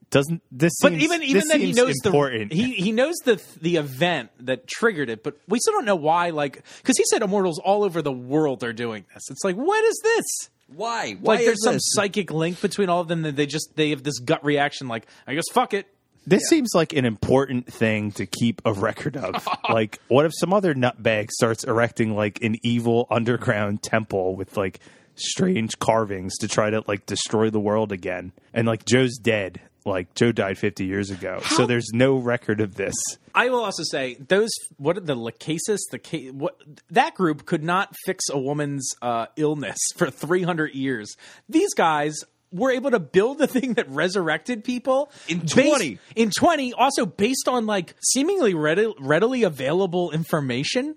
Doesn't this? but seems- even even this then, he seems knows important. the he he knows the the event that triggered it. But we still don't know why. Like, because he said immortals all over the world are doing this. It's like, what is this? Why? Why like is there's some this? psychic link between all of them that they just they have this gut reaction like i guess fuck it This seems like an important thing to keep a record of. like, what if some other nutbag starts erecting like an evil underground temple with like strange carvings to try to like destroy the world again? And like Joe's dead. Like Joe died 50 years ago. So there's no record of this. i will also say those what are the lachesis the ca- what that group could not fix a woman's uh, illness for 300 years these guys were able to build the thing that resurrected people In based- 20. in 20 also based on like seemingly readi- readily available information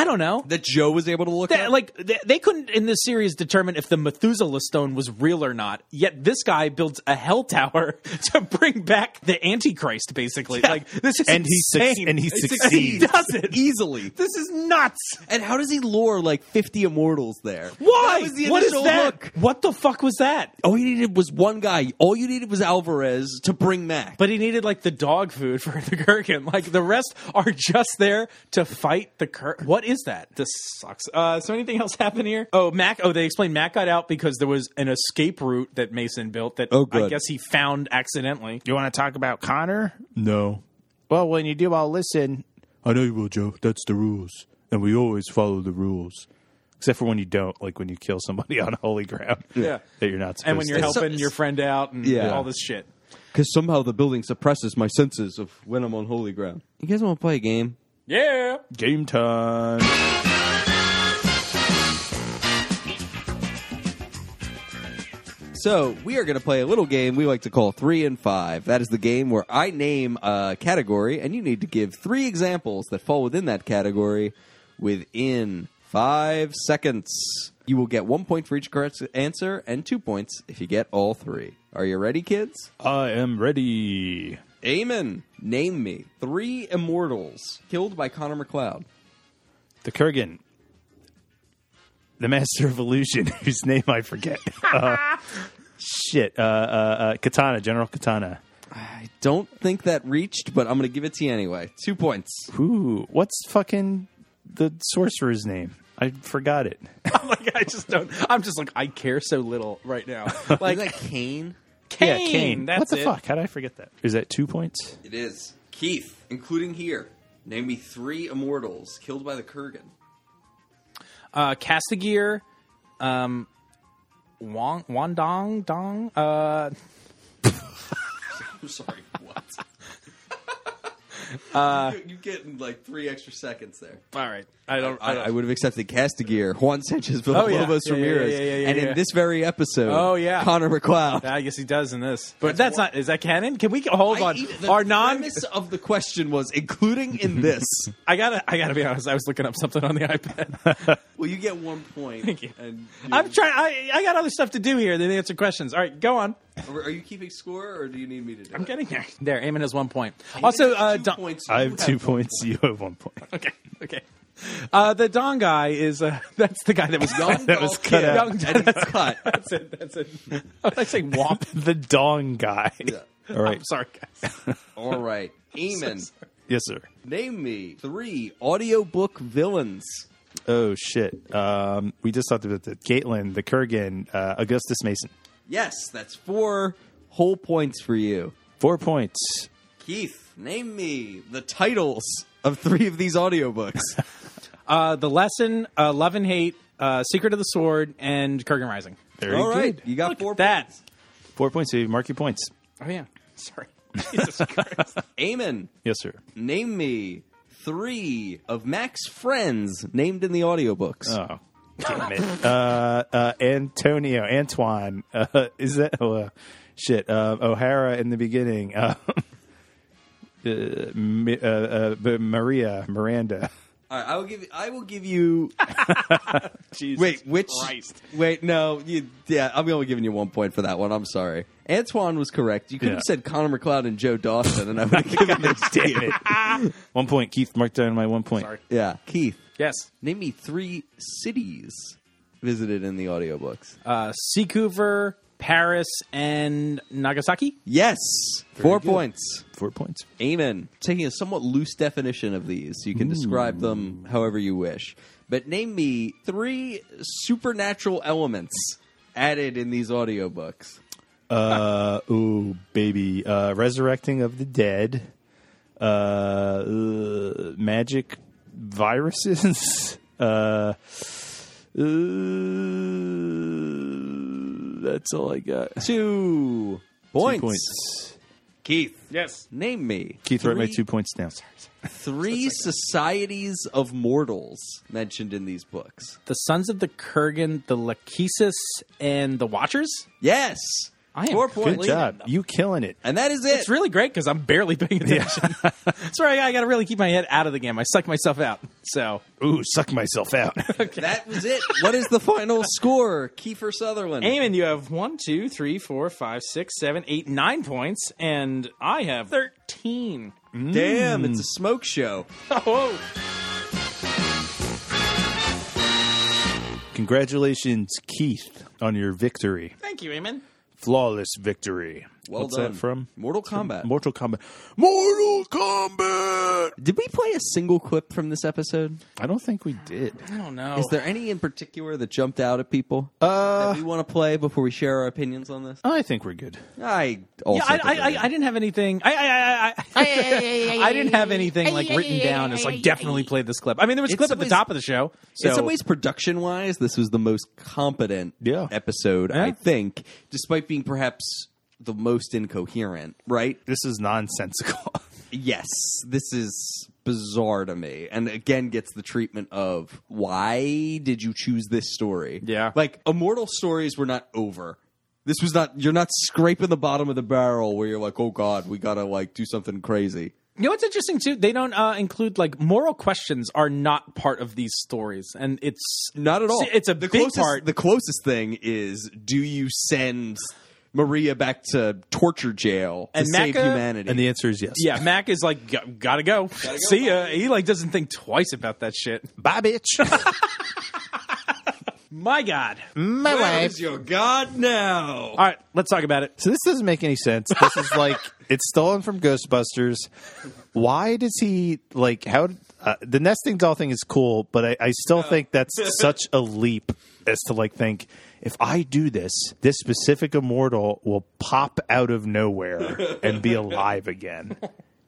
i don't know that Joe was able to look They- at. like they, they couldn't in this series determine if the Methuselah stone was real or not. Yet this guy builds a hell tower to bring back the Antichrist. Basically, like this is And he suc- insane. and he He succeeds. does it. easily. This is nuts. And how does he lure like 50 immortals there? Why? That was the what is initial that? look. What the fuck was that? All you needed was one guy. All you needed was Alvarez to bring Mac. But he needed like the dog food for the Gherkin. Like the rest are just there to fight the cur. What is that? This sucks. Uh, so anything else happen here? Oh, Mac. Oh, they explained Mac got out because there was an escape route that Mason built that Oh, good. I guess he found accidentally. You want to talk about Connor? No. Well, when you do, I'll listen. I know you will, Joe. That's the rules. And we always follow the rules. Except for when you don't, like when you kill somebody on holy ground. Yeah. That you're not supposed and when you're to. helping your friend out and Yeah. all this shit. Because somehow the building suppresses my senses of when I'm on holy ground. You guys want to play a game? Yeah. Game time. So we are going to play a little game we like to call three and five. That is the game where I name a category, and you need to give three examples that fall within that category within five seconds. You will get one point for each correct answer and two points if you get all three. Are you ready, kids? I am ready. Amen. Name me three immortals killed by Connor McLeod. The Kurgan. The Master of Illusion, whose name I forget. Uh, shit. Uh, uh, uh, Katana, General Katana. I don't think that reached, but I'm going to give it to you anyway. Two points. Ooh, what's fucking the sorcerer's name? I forgot it. like I just don't. I'm just like I care so little right now. Like that Kane? Kane, yeah, Kane. That's what the it. fuck? How did I forget that? Is that two points? It is. Keith, including here. Name me three immortals killed by the Kurgan. Uh, Castagear, um, Wong, Wandong, Dong. Uh, I'm sorry, what? you, you getting like three extra seconds there. all right, I don't. I, I would have accepted Castagear, Juan Sanchez, Villalobos yeah. Lobos Oh, Yeah, yeah, Ramirez, yeah, yeah, yeah, and yeah. in this very episode, Oh, yeah. Connor McLeod. I guess he does in this, but that's, not. Is that canon? Can we hold I- on? the Our non. premise of the question was including in this. I gotta. I gotta be honest. I was looking up something on the iPad. well, you get one point. Thank you. And I'm trying. I I got other stuff to do here than answer questions. All right, go on. Are you keeping score, or do you need me to do? I'm getting there. There, Eamon has one point. Also, uh, Don- I have two points. You have one point. okay, okay. Uh, the Don guy is uh, that's the guy that was Young That was cut out. Young- and it's cut. That's it. That's it. How did I say womp? the Dong guy. All right. I'm sorry, guys. All right, Eamon, Yes, sir. name me three audiobook villains. Oh shit. Um, we just talked about the Caitlin, the Kurgan, uh, Augustus Mason. Yes, that's four whole points for you. Four points. Keith, name me the titles of three of these audiobooks. Uh, the lesson, uh, love and hate, uh, secret of the sword, and Kurgan Rising. Very All good. right, you got four. That. Four points. So you mark your points. Oh yeah. Sorry. Jesus Christ. Eamon, Yes, sir. name me three of Mac's friends named in the audiobooks. Oh. Damn it. uh, uh, Antonio, Antoine. Uh, is that oh, uh, shit? Uh, O'Hara in the beginning. Uh, uh, Mi- uh, uh, but Maria, Miranda. All right, I will give. you- I will give you. wait, which? Wait, no. You, yeah, I'm only giving you one point for that one. I'm sorry. Antoine was correct. You could Yeah. have said Connor McLeod and Joe Dawson, and I would have given this to you. Damn it. one point. Keith marked down my one point. Yeah, Keith, yes. name me three cities visited in the audiobooks. Uh, Seacouver, Paris, and Nagasaki. yes, four points. Four points. Amen. Taking a somewhat loose definition of these, you can describe them however you wish. But name me three supernatural elements added in these audiobooks. Uh, ooh, baby. Uh, resurrecting of the dead. Uh, uh, magic viruses. uh, uh, that's all I got. Two points. Two points. Keith, Yes. name me. Keith, write my three- two points down. Three societies of mortals mentioned in these books. The Sons of the Kurgan, the Lachesis, and the Watchers. Yes. I am Four Good points. job. You killing it. And that is it. It's really great because I'm barely paying attention. Sorry, I got to really keep my head out of the game. I suck myself out. So Ooh, suck myself out. That was it. What is the final score? Kiefer Sutherland. Eamon, you have one, two, three, four, five, six, seven, eight, nine points, and I have 13. Damn, it's a smoke show. Oh, Congratulations, Keith, on your victory. thank you, Eamon. Flawless victory. Well What's done. that from? Mortal Kombat. Mortal Kombat. Mortal Kombat! Did we play a single clip from this episode? I don't think we did. I don't know. Is there any in particular that jumped out at people Uh, that we want to play before we share our opinions on this? I think we're good. I also yeah, I, think I, we I, did. I didn't have anything. I, I, I, I, I didn't have anything like written down. It's like definitely play this clip. I mean, there was a It's clip at the always- top of the show. So in some ways, production wise, this was the most competent Yeah. episode, I Yeah. think, despite being perhaps the most incoherent, right? This is nonsensical. Yes, this is bizarre to me. And again, gets the treatment of why did you choose this story? Yeah. Like, immortal stories were not over. This was not, you're not scraping the bottom of the barrel where you're like, oh God, we gotta like do something crazy. You know what's interesting too? They don't uh, include like moral questions are not part of these stories, and it's Not at all. See, it's a the big closest, part. The closest thing is, do you send Maria back to torture jail And to save Mecca- humanity? And the answer is yes. yeah, Mac is like, "Go- gotta go. See ya. He like doesn't think twice about that shit. Bye, bitch. My God. My Where's your god now? All right, let's talk about it. So this doesn't make any sense. This is like it's stolen from Ghostbusters. Why does he like how? Uh, the nesting doll thing is cool, but I, I still think that's such a leap as to like think if I do this, this specific immortal will pop out of nowhere and be alive again.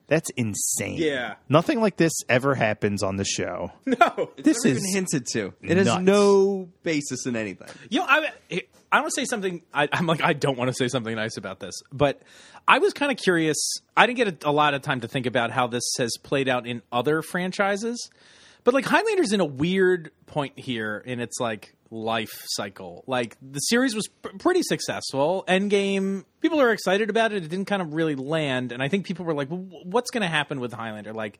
That's insane. Yeah. nothing like this ever happens on the show. No. this Never is even hinted to. It has nuts. no basis in anything. You know, I I want to say something. I, I'm like I don't want to say something nice about this, but I was kind of curious. I didn't get a, a lot of time to think about how this has played out in other franchises, but like Highlander's in a weird point here in its like life cycle. Like the series was pr- pretty successful. Endgame, people are excited about it. It didn't kind of really land, and I think people were like, well, wh- "What's going to happen with Highlander? Like,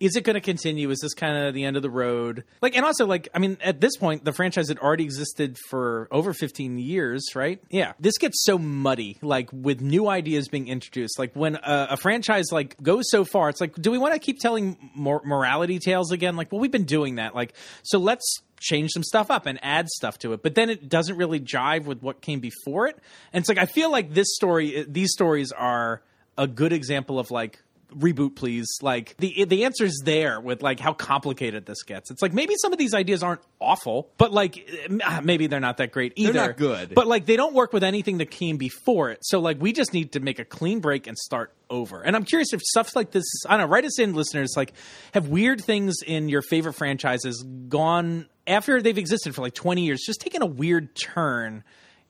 is it going to continue? Is this kind of the end of the road? Like, and also, like, I mean, at this point, the franchise had already existed for over 15 years, right? Yeah. This gets so muddy, like, with new ideas being introduced. Like, when a, a franchise, like, goes so far, it's like, do we want to keep telling mor- morality tales again? Like, well, we've been doing that. Like, so let's change some stuff up and add stuff to it but then it doesn't really jive with what came before it and it's like i feel like this story uh, these stories are a good example of like reboot please like the the answer's there with like how complicated this gets it's like maybe some of these ideas aren't awful but like eh, maybe they're not that great either not good. but like they don't work with anything that came before it so like we just need to make a clean break and start over and i'm curious if stuff like this i don't know write us in listeners like have weird things in your favorite franchises gone after they've existed for like 20 years just taken a weird turn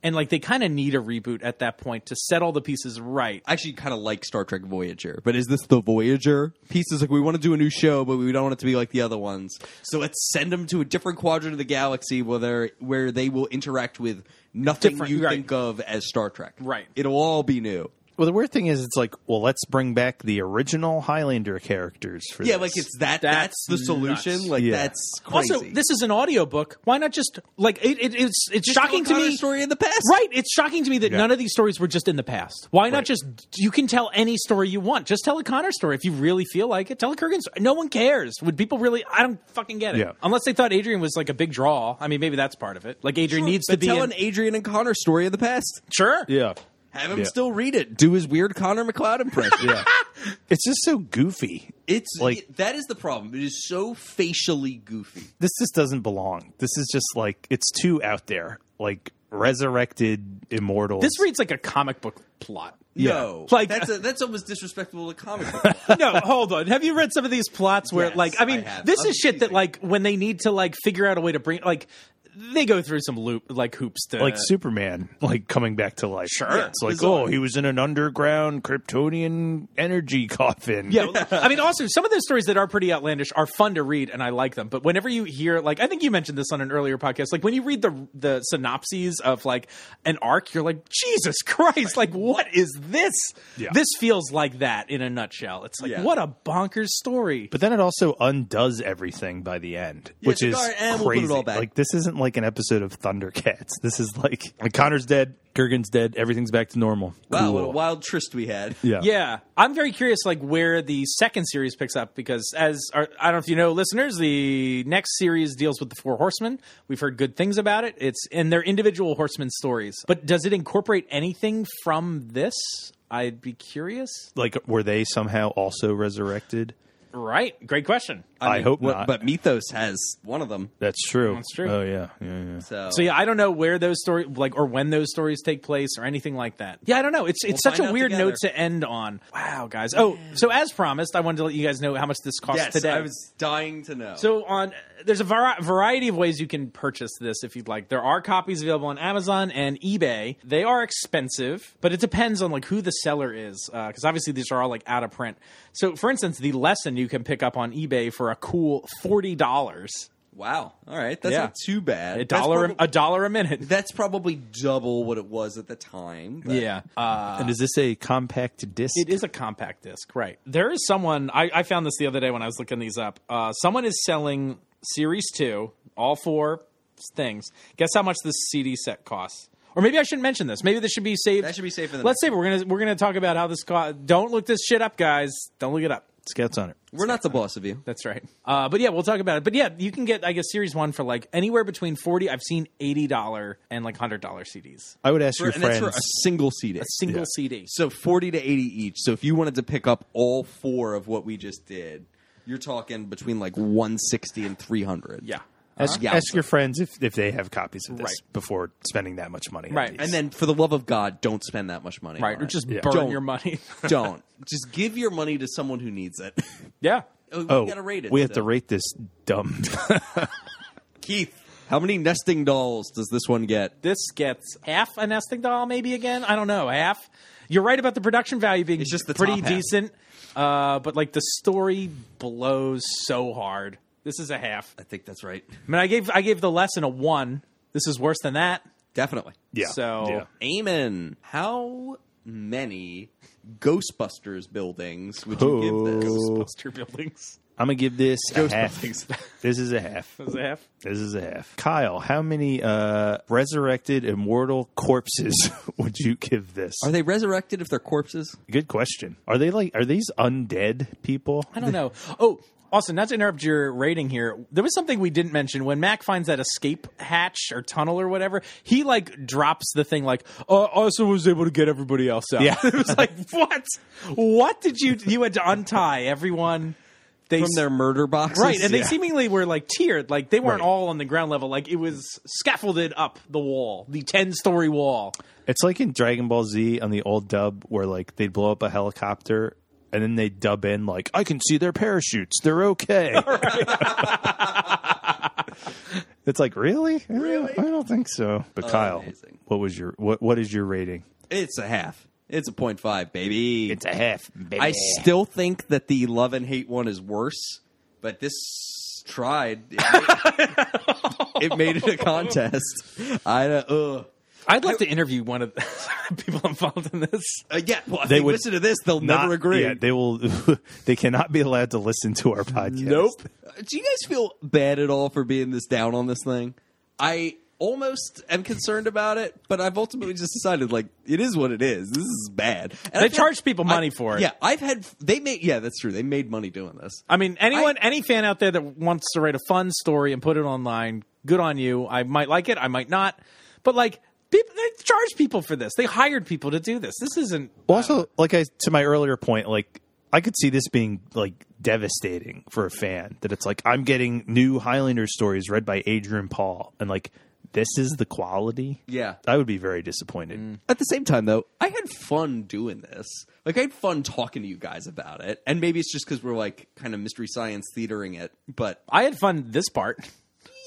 and like they kind of need a reboot at that point to set all the pieces right I actually kind of like Star Trek Voyager, but is this the Voyager piece? Is like we want to do a new show, but we don't want it to be like the other ones. So let's send them to a different quadrant of the galaxy where they where they will interact with nothing Different- you right. think of as Star Trek. Right. It'll all be new. well. The weird thing is, it's like well, let's bring back the original Highlander characters for Yeah, this. like it's that. That's That's, the solution. nuts. Like Yeah. that's crazy. Also, this is an audiobook. Why not just like it, it, it's it's shocking to O'Connor me story in the past. Right, it's shocking to me that Yeah. none of these stories were just in the past. Why not just you can tell any story you want. Just tell a Connor story if you really feel like it. Tell a Kurgan story. No one cares. Would people really I don't fucking get it. Yeah. Unless they thought Adrian was like a big draw. I mean, maybe that's part of it. Like Adrian needs to But be tell in- an Adrian and Connor story of the past. sure. yeah. Have him Yeah. still read it. Do his weird Connor McLeod impression. Yeah. It's just so goofy. It's Like- it- that is the problem. It is so facially goofy. this just doesn't belong. This is just like it's too out there. Like resurrected immortals. This reads like a comic book plot. No, Like- that's a, that's almost disrespectful to comic book. no, hold on. Have you read some of these plots where, Yes, like, I mean, I have. this is I'm shit that, teasing. like, when they need to, like, figure out a way to bring, like, they go through some loop, like, hoops to, like Superman, like coming back to life. Sure, it's like bizarre. oh, he was in an underground Kryptonian energy coffin. Yeah, well, I mean, also some of those stories that are pretty outlandish are fun to read, and I like them. But whenever you hear, like, I think you mentioned this on an earlier podcast, like when you read the the synopses of like an arc, you're like, Jesus Christ, like what is this? Yeah. This feels like that in a nutshell. It's like Yeah. what a bonkers story. But then it also undoes everything by the end, Yeah, which it's is like, "All right, and we'll put it crazy. all back." Like this isn't like an episode of Thundercats. This is like, like Connor's dead, Gergen's dead, everything's back to normal. Wow, what a Cool. wild tryst we had. yeah, Yeah, I'm very curious, like where the second series picks up because, as our, I don't know if you know, listeners, the next series deals with the Four Horsemen. We've heard good things about it. It's and their individual horsemen stories, but does it incorporate anything from this? I'd be curious. Like were they somehow also resurrected? Right? Great question. I hope what- not. But Mythos has one of them. That's true. That's true. Oh yeah, yeah, yeah. So, So yeah, I don't know where those story like or when those stories take place or anything like that. Yeah, I don't know. It's it's We'll such a find out weird together. note to end on. Wow, guys. Oh, so as promised, I wanted to let you guys know how much this costs yes, today. I was dying to know. So on there's a vari- variety of ways you can purchase this if you'd like. There are copies available on Amazon and eBay. They are expensive, but it depends on like who the seller is because obviously these are all like out of print. So for instance, the lesson you can pick up on eBay for a cool forty dollars. Wow. All right. That's Yeah. not too bad. A dollar, That's, a dollar a minute. that's probably double what it was at the time. but- Yeah. Uh, and is this a compact disc? It is a compact disc, right? There is someone I, I found this the other day when I was looking these up. Uh, someone is selling Series Two, all four things. Guess how much this CD set costs? Or maybe I shouldn't mention this. Maybe this should be saved. That should be saved for the Let's save. it. We're gonna we're gonna talk about how this cost. Don't look this shit up, guys. Don't look it up. Scouts on it. We're not the boss of you. That's right. Uh, but yeah, we'll talk about it. But yeah, you can get I guess Series One for like anywhere between forty. I've seen eighty dollar and like hundred dollar CDs. I would ask For- your and that's for a friends. single CD. A single CD. So 40 to 80 each. So if you wanted to pick up all four of what we just did, you're talking between like 160 and 300. Yeah. Ask, Yeah. ask your friends if, if they have copies of this Right. before spending that much money. on Right. these. And then for the love of God, don't spend that much money. Right, on or it. just Yeah. burn Don't. your money. don't. Just give your money to someone who needs it. yeah, we oh, gotta rate it. we have to still. rate this dumb. Keith. How many nesting dolls does this one get? this gets half a nesting doll, maybe again. I don't know. Half. You're right about the production value being It's just the pretty top half. decent, uh, but like the story blows so hard. This is a half. I think that's right. I mean, I gave I gave the lesson a one. This is worse than that. Definitely. yeah. So- yeah. Amen. How many Ghostbusters buildings would you give this? Oh. Buster buildings. I'm gonna give this a half. This is a half. This is a half. This is a half. Kyle, how many uh, resurrected immortal corpses would you give this? Are they resurrected if they're corpses? Good question. Are they like? Are these undead people? I don't know. Oh, also, not to interrupt your rating here, there was something we didn't mention. When Mac finds that escape hatch or tunnel or whatever, he like drops the thing like, "Uh, also was able to get everybody else out." Yeah. it was like, what? What did you? You had to untie everyone. They From their murder boxes? right, and they yeah. seemingly were like tiered. Like they weren't Right. all on the ground level. Like it was scaffolded up the wall, the ten-story wall. It's like in Dragon Ball Z on the old dub where like they'd blow up a helicopter and then they dub in like I can see their parachutes. They're okay. it's like really? Really? I don't think so. But Kyle, Oh, Amazing. what was your what what is your rating? It's a half. It's a point five, baby. It's a half, baby. I still think that the love and hate one is worse, but this tried. It made it, made it a contest. I don't. ugh. I'd love to interview one of the people involved in this. Uh, yeah, well, if They they, would listen to this, they'll never agree. Yeah, they will they cannot be allowed to listen to our podcast. Nope. Uh, Do you guys feel bad at all for being this down on this thing? I almost am concerned about it, but I've ultimately just decided like it is what it is. This is bad. And They I've had- charged people money for it. Yeah, I've had they made yeah, that's true. They made money doing this. I mean, anyone, any fan out there that wants to write a fun story and put it online, good on you. I might like it, I might not, but like, people, they charge people for this. They hired people to do this. This isn't. Also, like I to my earlier point, like I could see this being like devastating for a fan that it's like I'm getting new Highlander stories read by Adrian Paul and like this is the quality. Yeah. Mm. I would be very disappointed. At the same time though, I had fun doing this. Like I had fun talking to you guys about it. And maybe it's just cuz we're like kind of mystery science theatering it, but I had fun this part,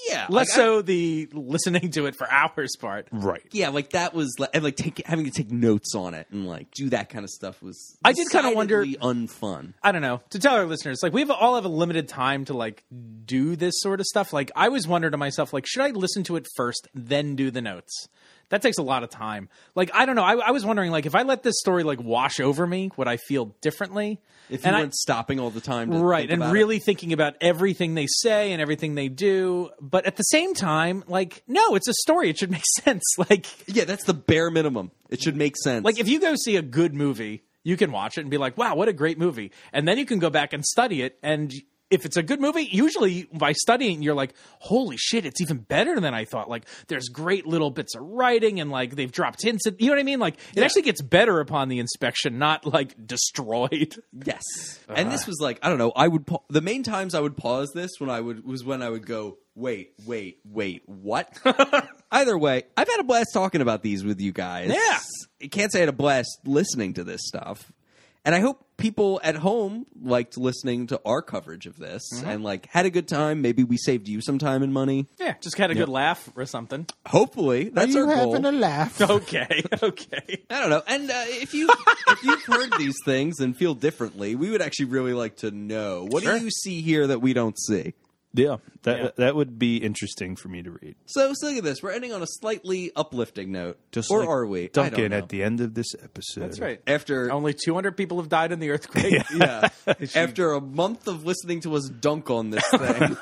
yeah. less like, I- so the listening to it for hours part. Right. yeah, like that was like, and like take, having to take notes on it and like do that kind of stuff was. I did kinda wonder- decidedly unfun. I don't know to tell our listeners like we have all have a limited time to like do this sort of stuff. Like I always wonder to myself like should I listen to it first then do the notes? That takes a lot of time. Like I don't know. I, I was wondering like if I let this story like wash over me, would I feel differently? If you And I- weren't stopping all the time, to right think and about really thinking about everything they say and everything they do but at the same time like no it's a story it should make sense like it. yeah, that's the bare minimum. It should make sense. like if you go see a good movie you can watch it and be like wow what a great movie and then you can go back and study it and if it's a good movie usually by studying you're like holy shit it's even better than i thought like there's great little bits of writing and like they've dropped hints at, you know what i mean like it actually gets better upon the inspection not like destroyed yes, and this was like I don't know. I would pa- the main times I would pause this when I would was when I would go wait, wait, wait, what? Either way, I've had a blast talking about these with you guys. Yeah. I can't say I had a blast listening to this stuff. And I hope people at home liked listening to our coverage of this and like had a good time. Maybe we saved you some time and money. yeah just had a good laugh or something Hopefully, that's our goal. laugh? okay okay I don't know. And uh, if you if you've heard these things and feel differently, we would actually really like to know. What do you see here that we don't see? Yeah, that that would be interesting for me to read. So, so look at this. We're ending on a slightly uplifting note. Just or like are we? I don't Duncan know. at the Oh, end of this episode. That's right. after Only 200 people have died in the earthquake. yeah, after a month of listening to us dunk on this thing,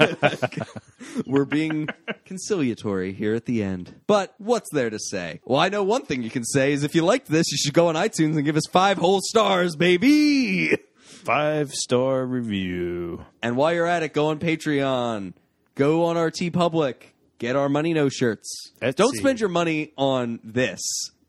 we're being conciliatory here at the end. But what's there to say? Well, I know one thing you can say is if you liked this, you should go on iTunes and give us five whole stars, baby. Five star review. And while you're at it, go on Patreon, go on RT Public, get our Money No shirts. Etsy. Don't spend your money on this.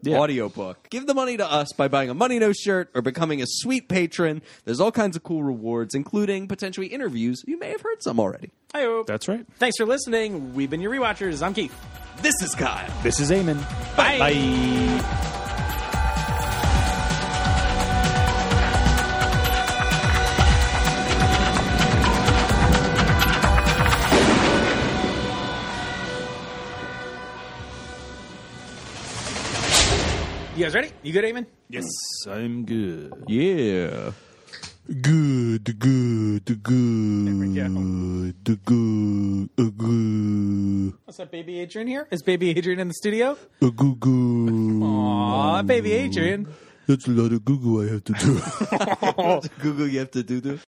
Yeah. Audiobook. Give the money to us by buying a Money No shirt or becoming a sweet patron. There's all kinds of cool rewards, including potentially interviews. You may have heard some already. Hi-yo. That's right. Thanks for listening. We've been your rewatchers. I'm Keith. This is Kyle. This is Eamon. Bye. Bye. You guys ready? You good, Eamon? Yes, I'm good. Yeah. Good, good, good, good, good, good, What's up, baby Adrian here? Is baby Adrian in the studio? good, good. Aw, baby Adrian. That's a lot of Google I have to do. Google, you have to do this.